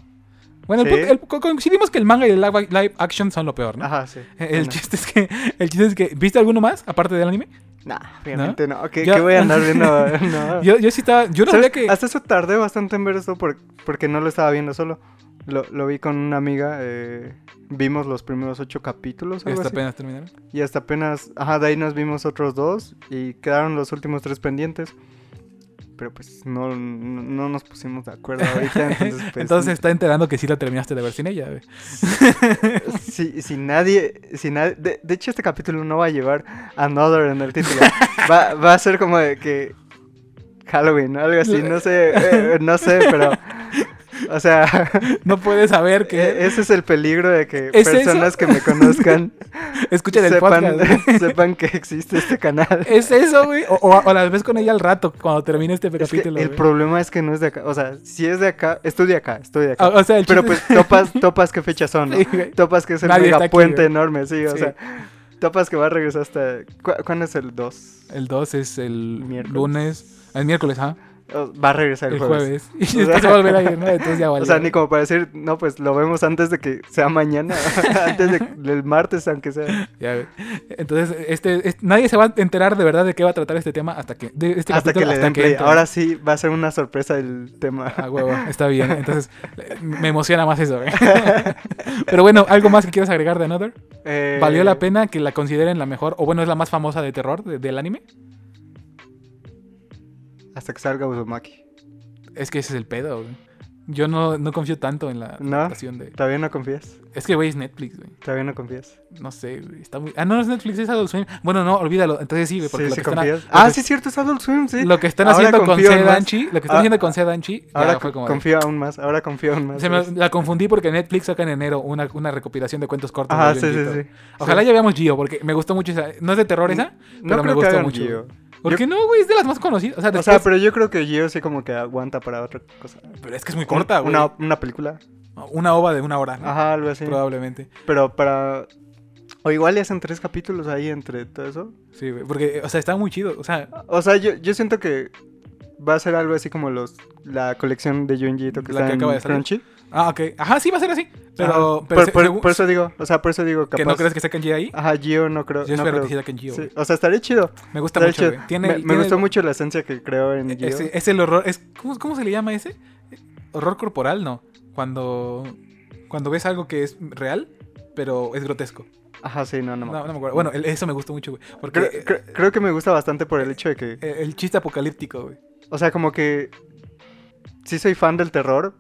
Speaker 1: Bueno, el
Speaker 2: Sí.
Speaker 1: pu- el- co- coincidimos que el manga y el live, live action son lo peor, ¿no?
Speaker 2: ajá, sí.
Speaker 1: El
Speaker 2: Bueno.
Speaker 1: chiste, es que, el chiste es que. ¿Viste alguno más aparte del anime?
Speaker 2: Nah, obviamente no. ¿Qué,
Speaker 1: Yo-
Speaker 2: qué voy a andar viendo? No.
Speaker 1: Yo, yo sí estaba. Yo no
Speaker 2: Ah. ¿Sabes?
Speaker 1: sabía que.
Speaker 2: Hasta eso tardé bastante en ver esto por- porque no lo estaba viendo solo. Lo, lo vi con una amiga. eh, vimos los primeros ocho capítulos. algo
Speaker 1: Hasta
Speaker 2: así.
Speaker 1: apenas terminaron.
Speaker 2: Y hasta apenas. Ajá, de ahí nos vimos otros dos. Y quedaron los últimos tres pendientes. Pero pues no, no, no nos pusimos de acuerdo ahorita. Entonces, pues,
Speaker 1: Entonces se está enterando que sí la terminaste de ver sin ella, güey.
Speaker 2: si, si nadie. Si nadie de, de hecho, este capítulo no va a llevar Another en el título. va, va a ser como de que. Halloween, algo así, no sé, eh, no sé, pero. O sea,
Speaker 1: No puedes saber
Speaker 2: E-
Speaker 1: que.
Speaker 2: Ese es el peligro de que
Speaker 1: ¿Es
Speaker 2: personas que me conozcan
Speaker 1: Escuchen el
Speaker 2: sepan,
Speaker 1: podcast. güey.
Speaker 2: sepan que existe este canal.
Speaker 1: Es eso, güey. O, o, o las ves con ella al rato cuando termine este
Speaker 2: Es que
Speaker 1: capítulo.
Speaker 2: el
Speaker 1: güey.
Speaker 2: problema es que no es de acá. O sea, si es de acá, estoy de acá, estoy de acá.
Speaker 1: Ah, o, o sea, el
Speaker 2: Pero
Speaker 1: chiste-
Speaker 2: pues topas, topas qué fechas son, ¿no?
Speaker 1: Sí, güey.
Speaker 2: Topas que es el
Speaker 1: Nadie está aquí,
Speaker 2: megapuente
Speaker 1: güey.
Speaker 2: enorme, sí, o
Speaker 1: Sí.
Speaker 2: sea, topas que va a regresar hasta... ¿cu- ¿Cuándo es el 2?
Speaker 1: El 2 es el
Speaker 2: Miércoles.
Speaker 1: lunes. El miércoles, ajá.
Speaker 2: O- Va a regresar
Speaker 1: El,
Speaker 2: el, jueves.
Speaker 1: jueves. Y después se va a volver a ir, ¿no? Entonces ya valió.
Speaker 2: O sea, ni como para decir, no, pues lo vemos antes de que sea mañana, antes de- del martes, aunque sea.
Speaker 1: Ya, güey. Entonces, este, es- nadie se va a enterar de verdad de qué va a tratar este tema hasta que. de este
Speaker 2: hasta que
Speaker 1: capítulo,
Speaker 2: le den play.
Speaker 1: entre.
Speaker 2: Ahora sí va a ser una sorpresa el tema.
Speaker 1: Ah, huevo, está bien. Entonces, me emociona más eso. güey. Pero bueno, ¿algo más que quieras agregar de Another?
Speaker 2: Eh,
Speaker 1: ¿Valió la pena que la consideren la mejor? O bueno, es la más famosa de terror de- del anime.
Speaker 2: Hasta que salga Uzumaki.
Speaker 1: Es que ese es el pedo, güey. Yo no, no confío tanto en la
Speaker 2: ¿No?
Speaker 1: adaptación de.
Speaker 2: Todavía no confías.
Speaker 1: Es que, güey, es Netflix, güey.
Speaker 2: Todavía no confías.
Speaker 1: No sé, güey. Está muy. Ah, no, es Netflix, es Adult Swim. Bueno, no, olvídalo. Entonces sí, güey, porque
Speaker 2: Sí,
Speaker 1: lo,
Speaker 2: sí
Speaker 1: que están,
Speaker 2: confías.
Speaker 1: lo
Speaker 2: Ah,
Speaker 1: que-
Speaker 2: sí, es cierto, es Adult Swim, sí.
Speaker 1: lo que están
Speaker 2: Ahora
Speaker 1: haciendo con
Speaker 2: confío aún
Speaker 1: Sed
Speaker 2: más.
Speaker 1: Anchi, lo que están
Speaker 2: Ah,
Speaker 1: haciendo con Sed Anchi, ya
Speaker 2: Ahora
Speaker 1: fue como. de-
Speaker 2: confío aún más, ahora confío aún más.
Speaker 1: se me- la confundí porque Netflix sacan en enero una, una recopilación de cuentos cortos.
Speaker 2: Ajá,
Speaker 1: de
Speaker 2: sí, sí,
Speaker 1: Junjito.
Speaker 2: sí.
Speaker 1: Ojalá
Speaker 2: Sí.
Speaker 1: ya veamos Gio, porque me gustó mucho esa. ¿No es de terror esa?
Speaker 2: No
Speaker 1: pero me
Speaker 2: creo que
Speaker 1: gustó
Speaker 2: hagan
Speaker 1: mucho.
Speaker 2: Gio.
Speaker 1: ¿Por
Speaker 2: Mm, Yo-
Speaker 1: qué no, güey? Es de las más conocidas. O sea,
Speaker 2: O sea,
Speaker 1: después-
Speaker 2: pero yo creo que Gio sí como que aguanta para otra cosa.
Speaker 1: pero... es que es muy corta, güey.
Speaker 2: Una,
Speaker 1: Una...
Speaker 2: una película.
Speaker 1: ova de una hora, ¿no?
Speaker 2: Ajá, algo así.
Speaker 1: probablemente.
Speaker 2: Pero para... O igual le hacen tres capítulos ahí entre todo eso.
Speaker 1: Sí, güey. Porque, o sea, está muy chido. O sea,
Speaker 2: O sea, yo, yo siento que va a ser algo así como los la colección de Junjito que
Speaker 1: La que
Speaker 2: está en
Speaker 1: acaba de salir.
Speaker 2: Crunchy.
Speaker 1: ah, ok. Ajá, sí, va a ser así. Pero,
Speaker 2: Ajá.
Speaker 1: pero
Speaker 2: por,
Speaker 1: se-
Speaker 2: por-
Speaker 1: según-
Speaker 2: por eso digo, o sea, por eso digo capaz.
Speaker 1: que no crees que saquen Gio ahí.
Speaker 2: Ajá, Gio no creo.
Speaker 1: Yo
Speaker 2: no
Speaker 1: espero
Speaker 2: creo.
Speaker 1: que sí saquen Gio.
Speaker 2: Sí,
Speaker 1: güey.
Speaker 2: o sea, estaría chido.
Speaker 1: Me gusta
Speaker 2: estaría
Speaker 1: mucho,
Speaker 2: chido.
Speaker 1: güey. Tiene,
Speaker 2: me, me
Speaker 1: tiene- Eh,
Speaker 2: gustó mucho ¿eh? la esencia que creó en Gio.
Speaker 1: Ese- es el horror. Es, ¿cómo, cómo se le llama ese? Horror corporal, no. Cuando, cuando ves algo que es real, pero es grotesco.
Speaker 2: Ajá, sí, no,
Speaker 1: No,
Speaker 2: no. me
Speaker 1: no
Speaker 2: acuerdo.
Speaker 1: me acuerdo. Bueno, el- eso me gustó mucho, güey. Porque
Speaker 2: Creo, cre- creo que me gusta bastante por el hecho de que,
Speaker 1: eh, el chiste apocalíptico, güey.
Speaker 2: o sea, como que sí soy fan del terror,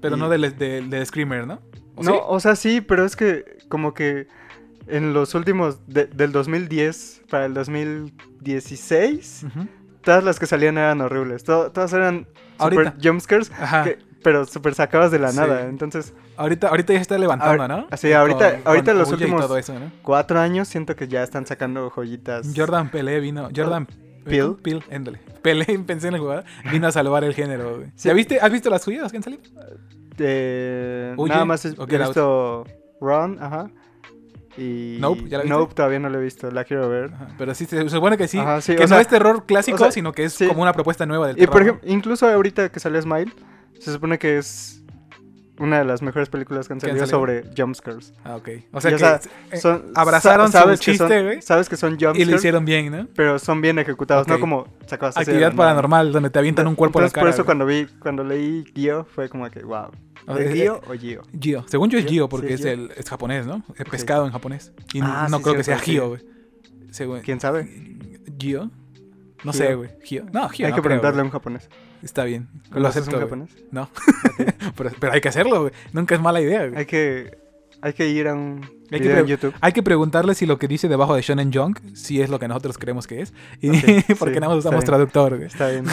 Speaker 1: Pero
Speaker 2: Y-
Speaker 1: no del, del- del Screamer, ¿no? ¿O
Speaker 2: No,
Speaker 1: ¿Oh, sí?
Speaker 2: o sea, sí, pero es que como que en los últimos, de- del 2010 para el 2016,
Speaker 1: Ujú.
Speaker 2: todas las que salían eran horribles. to- todas eran
Speaker 1: Ahorita.
Speaker 2: super jumpscares,
Speaker 1: Ajá.
Speaker 2: que- pero super sacadas de la
Speaker 1: Sí.
Speaker 2: nada. Entonces,
Speaker 1: Ahorita, ahorita ya se está levantando,
Speaker 2: Ahor-
Speaker 1: ¿no?
Speaker 2: Ah, sí, ahorita- ahorita los
Speaker 1: Ouya y
Speaker 2: últimos-
Speaker 1: todo eso, ¿no?
Speaker 2: cuatro años siento que ya están sacando joyitas.
Speaker 1: Jordan Pelé vino. Jordan
Speaker 2: Peele.
Speaker 1: Peel, ándale. Pelé, pensé en el jugador. Vino a salvar el género. güey.
Speaker 2: Sí.
Speaker 1: ¿Ya viste? ¿Has visto las suyas que han salido?
Speaker 2: Eh,
Speaker 1: Huye
Speaker 2: nada más he,
Speaker 1: o
Speaker 2: he
Speaker 1: Get Out.
Speaker 2: visto Run, ajá. Y
Speaker 1: Nope, ¿ya la viste?
Speaker 2: Nope, todavía no lo he visto, la quiero ver.
Speaker 1: Ajá, Pero sí, se supone que sí.
Speaker 2: Ajá, sí,
Speaker 1: que
Speaker 2: o
Speaker 1: no
Speaker 2: sea-
Speaker 1: es terror clásico,
Speaker 2: o sea,
Speaker 1: sino que es
Speaker 2: sí.
Speaker 1: como una propuesta nueva del
Speaker 2: Y
Speaker 1: terror.
Speaker 2: por ejemplo, incluso ahorita que salió Smile, se supone que es una de las mejores películas que han
Speaker 1: Que han
Speaker 2: salido
Speaker 1: salido.
Speaker 2: sobre jumpscares.
Speaker 1: Ah, ok. O sea
Speaker 2: y,
Speaker 1: que
Speaker 2: o sea,
Speaker 1: eh,
Speaker 2: Son-
Speaker 1: abrazaron
Speaker 2: sa-
Speaker 1: su
Speaker 2: que son-
Speaker 1: chiste, güey.
Speaker 2: Sabes que son
Speaker 1: y lo
Speaker 2: jumpscares,
Speaker 1: hicieron bien, ¿no?
Speaker 2: pero son bien ejecutados,
Speaker 1: Ok.
Speaker 2: no como sacadas así de la
Speaker 1: Actividad
Speaker 2: nada.
Speaker 1: paranormal, donde te avientan un cuerpo a la
Speaker 2: Entonces,
Speaker 1: cara.
Speaker 2: por eso
Speaker 1: güey.
Speaker 2: cuando vi, cuando leí Gio, fue como que, wow.
Speaker 1: O sea,
Speaker 2: ¿Es
Speaker 1: es-
Speaker 2: Gio o Gio?
Speaker 1: eh, Gio. Según yo es
Speaker 2: Gio,
Speaker 1: Gio, porque
Speaker 2: sí,
Speaker 1: es,
Speaker 2: Gio.
Speaker 1: el, es japonés, ¿no? Es pescado en japonés. Y n-
Speaker 2: Ah,
Speaker 1: no
Speaker 2: sí,
Speaker 1: creo que sea
Speaker 2: cierto,
Speaker 1: Gio, güey. Según-
Speaker 2: ¿Quién sabe?
Speaker 1: Gio. No
Speaker 2: Gio.
Speaker 1: sé, güey. Gio. No, Gio.
Speaker 2: Hay
Speaker 1: no
Speaker 2: que
Speaker 1: creo,
Speaker 2: preguntarle a
Speaker 1: güey.
Speaker 2: un japonés.
Speaker 1: Está bien. Lo
Speaker 2: ¿Conoces
Speaker 1: acepto.
Speaker 2: un
Speaker 1: güey.
Speaker 2: japonés?
Speaker 1: No. pero, pero hay que hacerlo, güey. Nunca es mala idea, güey.
Speaker 2: Hay que, hay que ir a un
Speaker 1: que
Speaker 2: video en
Speaker 1: pre-
Speaker 2: YouTube.
Speaker 1: Hay que preguntarle si lo que dice debajo de Shonen Junk, si es lo que nosotros creemos que es. Y
Speaker 2: Ok,
Speaker 1: porque
Speaker 2: sí,
Speaker 1: nada más
Speaker 2: está
Speaker 1: usamos
Speaker 2: bien.
Speaker 1: traductor, güey.
Speaker 2: Está bien.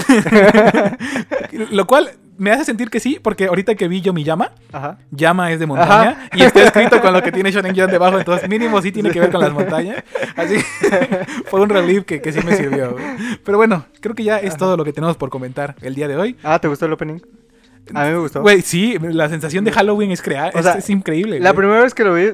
Speaker 1: Lo cual me hace sentir que sí, porque ahorita que vi yo mi llama,
Speaker 2: Ajá.
Speaker 1: llama es de montaña y está escrito con lo que tiene Shonen Jump debajo, entonces mínimo sí tiene que ver con las montañas. Así que fue un relief que, que sí me sirvió. güey. Pero bueno, creo que ya es todo lo que tenemos por comentar el día de hoy.
Speaker 2: Ah, ¿te gustó el opening? A mí me gustó.
Speaker 1: Güey, sí, la sensación de Halloween es crear,
Speaker 2: O
Speaker 1: es,
Speaker 2: sea,
Speaker 1: es increíble.
Speaker 2: la
Speaker 1: güey.
Speaker 2: primera vez que lo vi...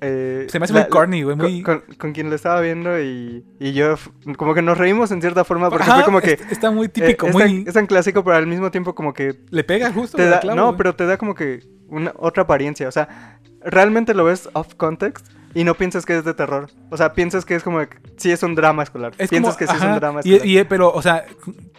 Speaker 2: eh,
Speaker 1: Se me hace
Speaker 2: la-
Speaker 1: muy corny, güey,
Speaker 2: con-
Speaker 1: muy...
Speaker 2: Con, con quien lo estaba viendo y, y yo f- como que nos reímos en cierta forma porque
Speaker 1: Ajá,
Speaker 2: fue como que...
Speaker 1: es- está muy típico,
Speaker 2: eh, es,
Speaker 1: muy...
Speaker 2: tan, es tan clásico, pero al mismo tiempo como que
Speaker 1: Le pega justo
Speaker 2: te
Speaker 1: al
Speaker 2: da...
Speaker 1: clavo,
Speaker 2: no,
Speaker 1: güey.
Speaker 2: pero te da como que una otra apariencia. O sea, realmente lo ves off context y no piensas que es de terror. O sea, piensas que es como... que Sí es un drama escolar.
Speaker 1: Es
Speaker 2: piensas
Speaker 1: como-
Speaker 2: que sí es
Speaker 1: ajá,
Speaker 2: un drama escolar.
Speaker 1: y, y- Pero, o sea,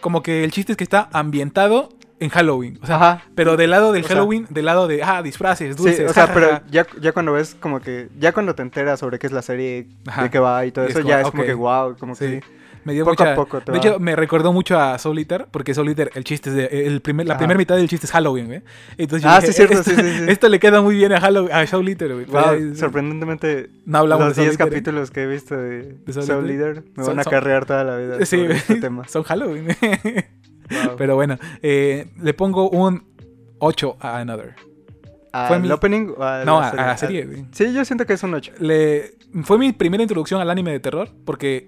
Speaker 1: como que el chiste es que está ambientado en Halloween. O sea,
Speaker 2: Ajá.
Speaker 1: pero del lado del
Speaker 2: O sea-
Speaker 1: Halloween, del lado de, ah, disfraces,
Speaker 2: Sí,
Speaker 1: dulces.
Speaker 2: o sea,
Speaker 1: jajaja.
Speaker 2: pero ya, ya cuando ves como que, ya cuando te enteras sobre qué es la serie,
Speaker 1: Ajá.
Speaker 2: de qué va y todo
Speaker 1: Y es
Speaker 2: eso,
Speaker 1: como,
Speaker 2: ya es como
Speaker 1: ok.
Speaker 2: que wow, como
Speaker 1: Sí.
Speaker 2: que...
Speaker 1: Me dio
Speaker 2: Poco a
Speaker 1: mucha-
Speaker 2: poco te
Speaker 1: De
Speaker 2: va.
Speaker 1: hecho, me recordó mucho a Solitaire, porque Solitaire, el chiste es de, el primer, la
Speaker 2: Ajá.
Speaker 1: primera mitad del chiste es Halloween, güey. Entonces yo
Speaker 2: Ah,
Speaker 1: dije,
Speaker 2: sí, cierto,
Speaker 1: esto,
Speaker 2: sí, sí, sí.
Speaker 1: esto le queda muy bien a Halloween, a Solitaire, güey. Pero
Speaker 2: Wow,
Speaker 1: ya-
Speaker 2: sorprendentemente,
Speaker 1: no hablamos
Speaker 2: los
Speaker 1: de
Speaker 2: 10
Speaker 1: Solitaire.
Speaker 2: capítulos que he visto de,
Speaker 1: ¿De Soul
Speaker 2: Soul
Speaker 1: Leader?
Speaker 2: Leader me
Speaker 1: Son-
Speaker 2: van a
Speaker 1: son-
Speaker 2: carrear toda la vida
Speaker 1: Sí,
Speaker 2: sobre este
Speaker 1: güey.
Speaker 2: tema.
Speaker 1: son Halloween.
Speaker 2: Wow.
Speaker 1: pero bueno, eh, le pongo un 8 a Another.
Speaker 2: ¿Al
Speaker 1: fue mi-
Speaker 2: opening o a
Speaker 1: no,
Speaker 2: la
Speaker 1: a, a la
Speaker 2: serie?
Speaker 1: serie, güey.
Speaker 2: Sí, yo siento que es un 8.
Speaker 1: le- fue mi primera introducción al anime de terror porque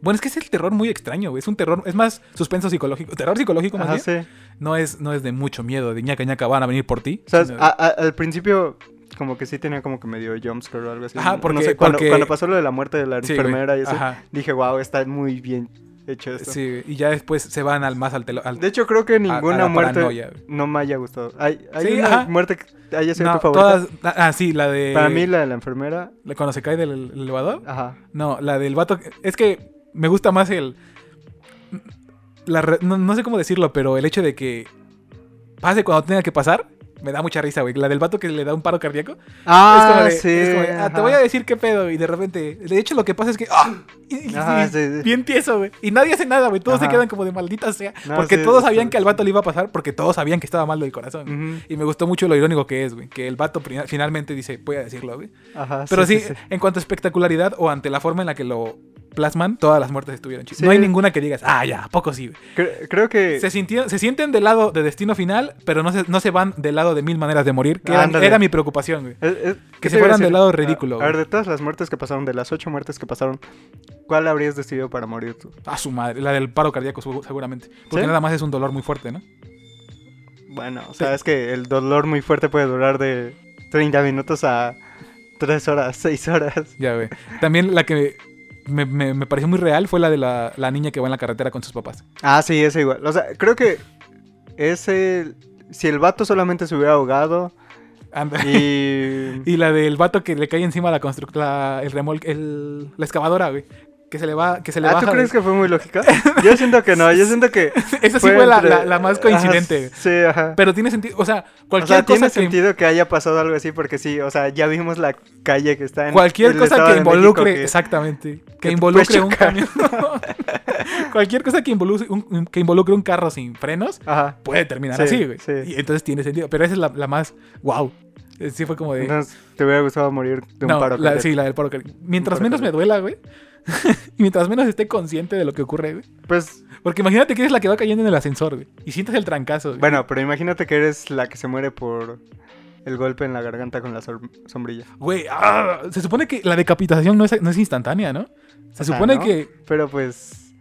Speaker 1: bueno, es que es el terror muy extraño, güey. Es un terror, es más suspenso psicológico, terror psicológico más
Speaker 2: Ajá,
Speaker 1: bien.
Speaker 2: sí.
Speaker 1: No es no es de mucho miedo, de ñaca ñaca van a venir por ti.
Speaker 2: O sea, ah,
Speaker 1: sino-
Speaker 2: a- a- al principio como que sí tenía como que medio jumpscare o algo así.
Speaker 1: Ajá,
Speaker 2: No
Speaker 1: porque-
Speaker 2: sé, cuando,
Speaker 1: porque-
Speaker 2: cuando pasó lo de la muerte de la
Speaker 1: Sí, güey.
Speaker 2: enfermera y eso,
Speaker 1: Ajá.
Speaker 2: dije, wow, está muy bien hecho esto.
Speaker 1: Sí, Ah, güey. y ya después se van al más al, telo- al-
Speaker 2: De hecho, creo que
Speaker 1: a- a
Speaker 2: ninguna
Speaker 1: la
Speaker 2: muerte
Speaker 1: paranoia, güey.
Speaker 2: no me haya gustado. Hay, hay
Speaker 1: Sí,
Speaker 2: una
Speaker 1: ajá.
Speaker 2: muerte que haya sido
Speaker 1: No,
Speaker 2: tu favorita.
Speaker 1: todas ah, sí, la de
Speaker 2: Para mí, la de la enfermera.
Speaker 1: la- cuando se cae del el elevador.
Speaker 2: Ajá.
Speaker 1: No, la del vato es que me gusta más el la re- no, no sé cómo decirlo, pero el hecho de que pase cuando tenga que pasar me da mucha risa, güey. La del vato que le da un paro cardíaco.
Speaker 2: Ah,
Speaker 1: es como de,
Speaker 2: sí.
Speaker 1: es como de, ah, te
Speaker 2: ajá.
Speaker 1: voy a decir qué pedo. Y de repente, de hecho, lo que pasa es que. ¡ah! Y- y-
Speaker 2: Ajá,
Speaker 1: y-
Speaker 2: sí, sí.
Speaker 1: Bien tieso, güey. Y nadie hace nada, güey. Todos se
Speaker 2: Ajá.
Speaker 1: quedan como de maldita sea.
Speaker 2: No,
Speaker 1: porque
Speaker 2: sí,
Speaker 1: todos
Speaker 2: sí,
Speaker 1: sabían
Speaker 2: sí.
Speaker 1: que al vato le iba a pasar, porque todos sabían que estaba mal del corazón. güey.
Speaker 2: Ujú,
Speaker 1: Y me gustó mucho lo irónico que es, güey. Que el vato pri- finalmente dice, voy a decirlo, güey.
Speaker 2: Ajá.
Speaker 1: Pero sí,
Speaker 2: sí, sí.
Speaker 1: en cuanto a espectacularidad o ante la forma en la que lo plasman, todas las muertes estuvieron chidas.
Speaker 2: Sí.
Speaker 1: No hay ninguna que digas, ah, ya, ¿a poco sí, güey.
Speaker 2: Cre- creo que.
Speaker 1: Se, sintió- se sienten del lado de destino final, pero no se, no se van del lado de mil maneras de morir, que era-
Speaker 2: Ándale.
Speaker 1: era mi preocupación, güey.
Speaker 2: es- es- ¿qué
Speaker 1: que se
Speaker 2: te iba a
Speaker 1: fueran
Speaker 2: decir?
Speaker 1: del lado ridículo,
Speaker 2: A, a ver,
Speaker 1: güey.
Speaker 2: de todas las muertes que pasaron, de las ocho muertes que pasaron, ¿cuál habrías decidido para morir tú?
Speaker 1: A su madre, la del paro cardíaco su- seguramente. Porque
Speaker 2: ¿Sí?
Speaker 1: nada más es un dolor muy fuerte, ¿no?
Speaker 2: Bueno, o sea, es que el dolor muy fuerte puede durar de 30 minutos a 3 horas, 6 horas.
Speaker 1: Ya ve. También la que me, me- me pareció muy real fue la de la, la niña que va en la carretera con sus papás.
Speaker 2: Ah, sí, es igual. O sea, creo que ese. Si el vato solamente se hubiera ahogado
Speaker 1: Anda. Y...
Speaker 2: y. Mm.
Speaker 1: la del vato que le cae encima la constru- la, el remolque, el- la excavadora, güey. que se le va, que se le
Speaker 2: ah,
Speaker 1: baja de-
Speaker 2: ¿tú crees que fue muy lógica? Yo siento que no, yo siento que...
Speaker 1: Esa sí fue la-
Speaker 2: entre-
Speaker 1: la- la más coincidente.
Speaker 2: Ajá, sí, ajá.
Speaker 1: Pero tiene sentido, o sea,
Speaker 2: o
Speaker 1: cualquier
Speaker 2: sea, tiene
Speaker 1: cosa que,
Speaker 2: sentido que haya pasado algo así porque sí, o sea, ya vimos la calle que está en
Speaker 1: cualquier
Speaker 2: el
Speaker 1: cosa
Speaker 2: Estado
Speaker 1: que
Speaker 2: de México
Speaker 1: involucre,
Speaker 2: que-
Speaker 1: exactamente, que,
Speaker 2: que te
Speaker 1: involucre
Speaker 2: puedes
Speaker 1: un
Speaker 2: chocar.
Speaker 1: camión. cualquier cosa que involucre un, que involucre un carro sin frenos
Speaker 2: Ajá.
Speaker 1: puede terminar
Speaker 2: Sí,
Speaker 1: así, güey.
Speaker 2: sí.
Speaker 1: Y entonces tiene sentido, pero esa es la, la más wow. Sí fue como de
Speaker 2: Entonces, te hubiera gustado morir de un
Speaker 1: no,
Speaker 2: paro.
Speaker 1: la,
Speaker 2: cardíaco.
Speaker 1: sí, la del paro cardíaco. Mientras
Speaker 2: paro
Speaker 1: menos me
Speaker 2: cardíaco.
Speaker 1: duela, güey. y mientras menos esté consciente de lo que ocurre, güey.
Speaker 2: Pues,
Speaker 1: Porque imagínate que eres la que va cayendo en el ascensor, güey. Y sientes el trancazo. güey.
Speaker 2: bueno, pero imagínate que eres la que se muere por el golpe en la garganta con la som- sombrilla.
Speaker 1: Güey, ah, se supone que la decapitación no es, no es instantánea, ¿no? Se
Speaker 2: O sea,
Speaker 1: supone
Speaker 2: ¿no?
Speaker 1: que.
Speaker 2: Pero pues,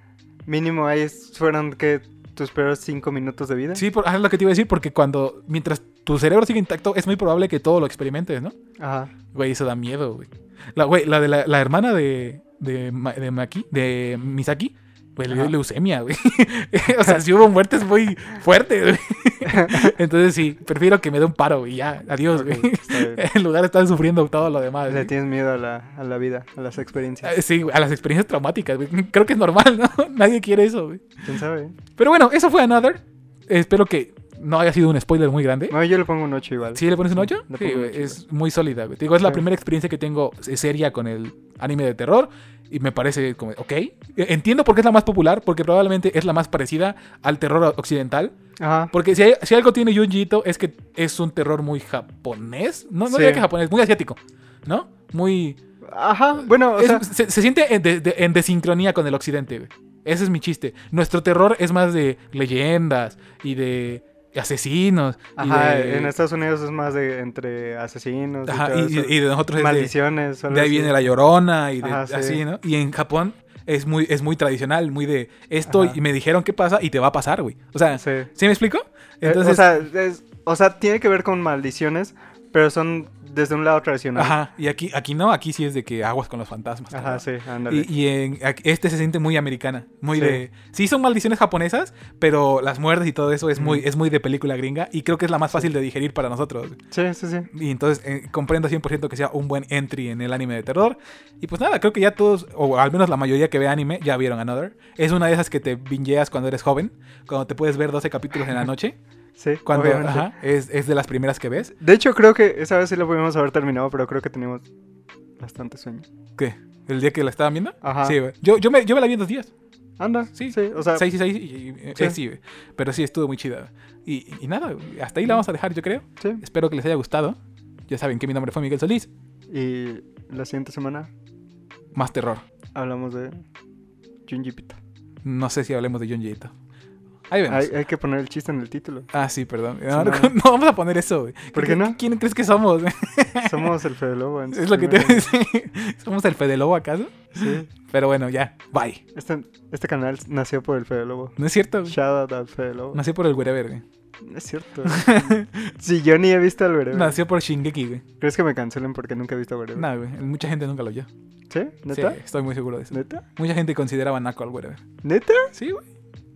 Speaker 2: mínimo ahí es- fueron que tus peores cinco minutos de vida.
Speaker 1: Sí, por, ah, es lo que te iba a decir, porque cuando. Mientras tu cerebro sigue intacto, es muy probable que todo lo experimentes, ¿no?
Speaker 2: Ajá.
Speaker 1: Güey, eso da miedo, güey. La, güey, la de la, la hermana de. De, Ma- de Maki, de Misaki, güey, le dio
Speaker 2: Ajá.
Speaker 1: leucemia, güey. o sea, si hubo muertes muy fuertes, güey. Entonces sí, prefiero que me dé un paro, güey, ya. Adiós,
Speaker 2: Ok,
Speaker 1: güey.
Speaker 2: está bien.
Speaker 1: En lugar de estar sufriendo todo lo demás.
Speaker 2: Le
Speaker 1: güey.
Speaker 2: tienes miedo a la, a la vida, a las experiencias.
Speaker 1: Eh, Sí, güey, a las experiencias traumáticas, güey. Creo que es normal, ¿no? Nadie quiere eso, güey.
Speaker 2: ¿Quién sabe?
Speaker 1: Pero bueno, eso fue Another. Espero que no haya sido un spoiler muy grande.
Speaker 2: No, yo le pongo un 8 igual.
Speaker 1: ¿Sí le pones un 8?
Speaker 2: Le
Speaker 1: Sí,
Speaker 2: pongo un
Speaker 1: güey,
Speaker 2: ocho,
Speaker 1: es muy sólida, güey. Te digo, es la
Speaker 2: Sí.
Speaker 1: primera experiencia que tengo eh, seria con el anime de terror. Y me parece como, ok. Eh, Entiendo por qué es la más popular, porque probablemente es la más parecida al terror occidental.
Speaker 2: Ajá.
Speaker 1: Porque si, hay- si algo tiene Junji Ito es que es un terror muy japonés. No, no
Speaker 2: Sí.
Speaker 1: diría que japonés, muy asiático, ¿no? Muy...
Speaker 2: Ajá, bueno, o
Speaker 1: Es-
Speaker 2: sea,
Speaker 1: se, se siente en, de- de- en desincronía con el occidente, güey. Ese es mi chiste. Nuestro terror es más de leyendas y de asesinos.
Speaker 2: ajá,
Speaker 1: y de,
Speaker 2: en Estados Unidos es más de entre asesinos y
Speaker 1: ajá,
Speaker 2: todo
Speaker 1: y-
Speaker 2: eso.
Speaker 1: y de nosotros es de,
Speaker 2: maldiciones. o algo
Speaker 1: de ahí
Speaker 2: así.
Speaker 1: viene la llorona y de-
Speaker 2: Ajá, sí.
Speaker 1: así, ¿no? Y en Japón es muy, es muy tradicional, muy de esto
Speaker 2: Ajá.
Speaker 1: y me dijeron qué pasa y te va a pasar, güey. O sea,
Speaker 2: Sí.
Speaker 1: ¿sí me explico?
Speaker 2: Eh,
Speaker 1: Entonces,
Speaker 2: o, sea, es- o sea, tiene que ver con maldiciones, pero son desde un lado tradicional. Ajá,
Speaker 1: ajá. Y aquí, aquí no, aquí sí es de que aguas con los fantasmas. cabrón.
Speaker 2: sí, ándale.
Speaker 1: Y, y en, ac- este se siente muy americana, muy
Speaker 2: Sí.
Speaker 1: de... Sí, son maldiciones japonesas, pero las muertes y todo eso es muy,
Speaker 2: Ujú.
Speaker 1: es muy de película gringa y creo que es la más fácil de digerir para nosotros.
Speaker 2: Sí, sí, sí.
Speaker 1: Y entonces eh, comprendo 100% que sea un buen entry en el anime de terror. Y pues nada, creo que ya todos, o al menos la mayoría que ve anime, ya vieron Another. Es una de esas que te bingeas cuando eres joven, cuando te puedes ver 12 capítulos en la noche.
Speaker 2: Sí,
Speaker 1: Cuando,
Speaker 2: obviamente.
Speaker 1: ajá, es, es de las primeras que ves.
Speaker 2: De hecho, creo que esa vez sí lo pudimos haber terminado, pero creo que teníamos bastante sueño.
Speaker 1: ¿Qué? ¿El día que la estaban viendo?
Speaker 2: Ajá.
Speaker 1: Sí, güey. Yo, yo, me, yo me la vi en dos días.
Speaker 2: Anda,
Speaker 1: Sí.
Speaker 2: sí, sí. O sea,
Speaker 1: 6 y 6 y, y-
Speaker 2: Sí.
Speaker 1: eh, sí, güey. pero sí estuvo muy chida. Y, y nada, güey, hasta ahí la vamos a dejar, yo creo.
Speaker 2: sí.
Speaker 1: Espero que les haya gustado. Ya saben que mi nombre fue Miguel Solís.
Speaker 2: Y la siguiente semana
Speaker 1: Más terror.
Speaker 2: hablamos de Junji Ito.
Speaker 1: No sé si hablemos de John Jito. Ahí vemos.
Speaker 2: Hay, hay que poner el chiste en el título.
Speaker 1: Ah, sí, perdón. No, no,
Speaker 2: no, no.
Speaker 1: no vamos a poner eso, güey.
Speaker 2: ¿Por qué no?
Speaker 1: ¿Quién crees que somos? güey?
Speaker 2: Somos el Fede Lobo. en su
Speaker 1: Es lo que te
Speaker 2: primer-
Speaker 1: voy a decir. ¿Somos el Fede Lobo acaso?
Speaker 2: Sí.
Speaker 1: Pero bueno, ya. Bye.
Speaker 2: Este, este canal nació por el Fede Lobo.
Speaker 1: ¿No es cierto? güey?
Speaker 2: Shout out al Fede Lobo.
Speaker 1: Nació por el Wherever, güey.
Speaker 2: No Es cierto. si yo ni he visto al Wherever.
Speaker 1: Nació por Shingeki, güey.
Speaker 2: ¿Crees que me cancelen porque nunca he visto a Wherever?
Speaker 1: No, güey. Mucha gente nunca lo oyó. Sí,
Speaker 2: ¿Sí? ¿Neta?
Speaker 1: estoy muy seguro de eso.
Speaker 2: ¿Neta?
Speaker 1: Mucha gente consideraba naco al Wherever.
Speaker 2: ¿Neta?
Speaker 1: Sí, güey.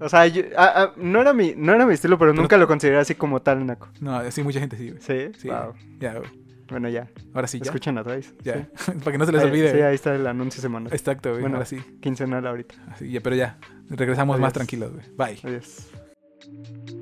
Speaker 2: O sea, yo- ah, ah, no, era mi, no era mi estilo, pero,
Speaker 1: Pero-
Speaker 2: nunca lo consideré así como tal, Naco.
Speaker 1: No, sí, mucha gente sí, güey.
Speaker 2: ¿Sí?
Speaker 1: Sí.
Speaker 2: Wow.
Speaker 1: Ya, güey.
Speaker 2: Bueno, ya.
Speaker 1: Ahora sí, ya.
Speaker 2: Escuchen a Twice.
Speaker 1: ya.
Speaker 2: Sí.
Speaker 1: Para que no se les
Speaker 2: Ahí-
Speaker 1: olvide.
Speaker 2: Sí,
Speaker 1: güey.
Speaker 2: ahí está el anuncio semanal.
Speaker 1: Exacto, güey.
Speaker 2: Bueno.
Speaker 1: Ahora sí.
Speaker 2: Quincenal ahorita.
Speaker 1: Así, ya, pero ya. Regresamos más
Speaker 2: Adiós.
Speaker 1: tranquilos, güey. Bye.
Speaker 2: Adiós.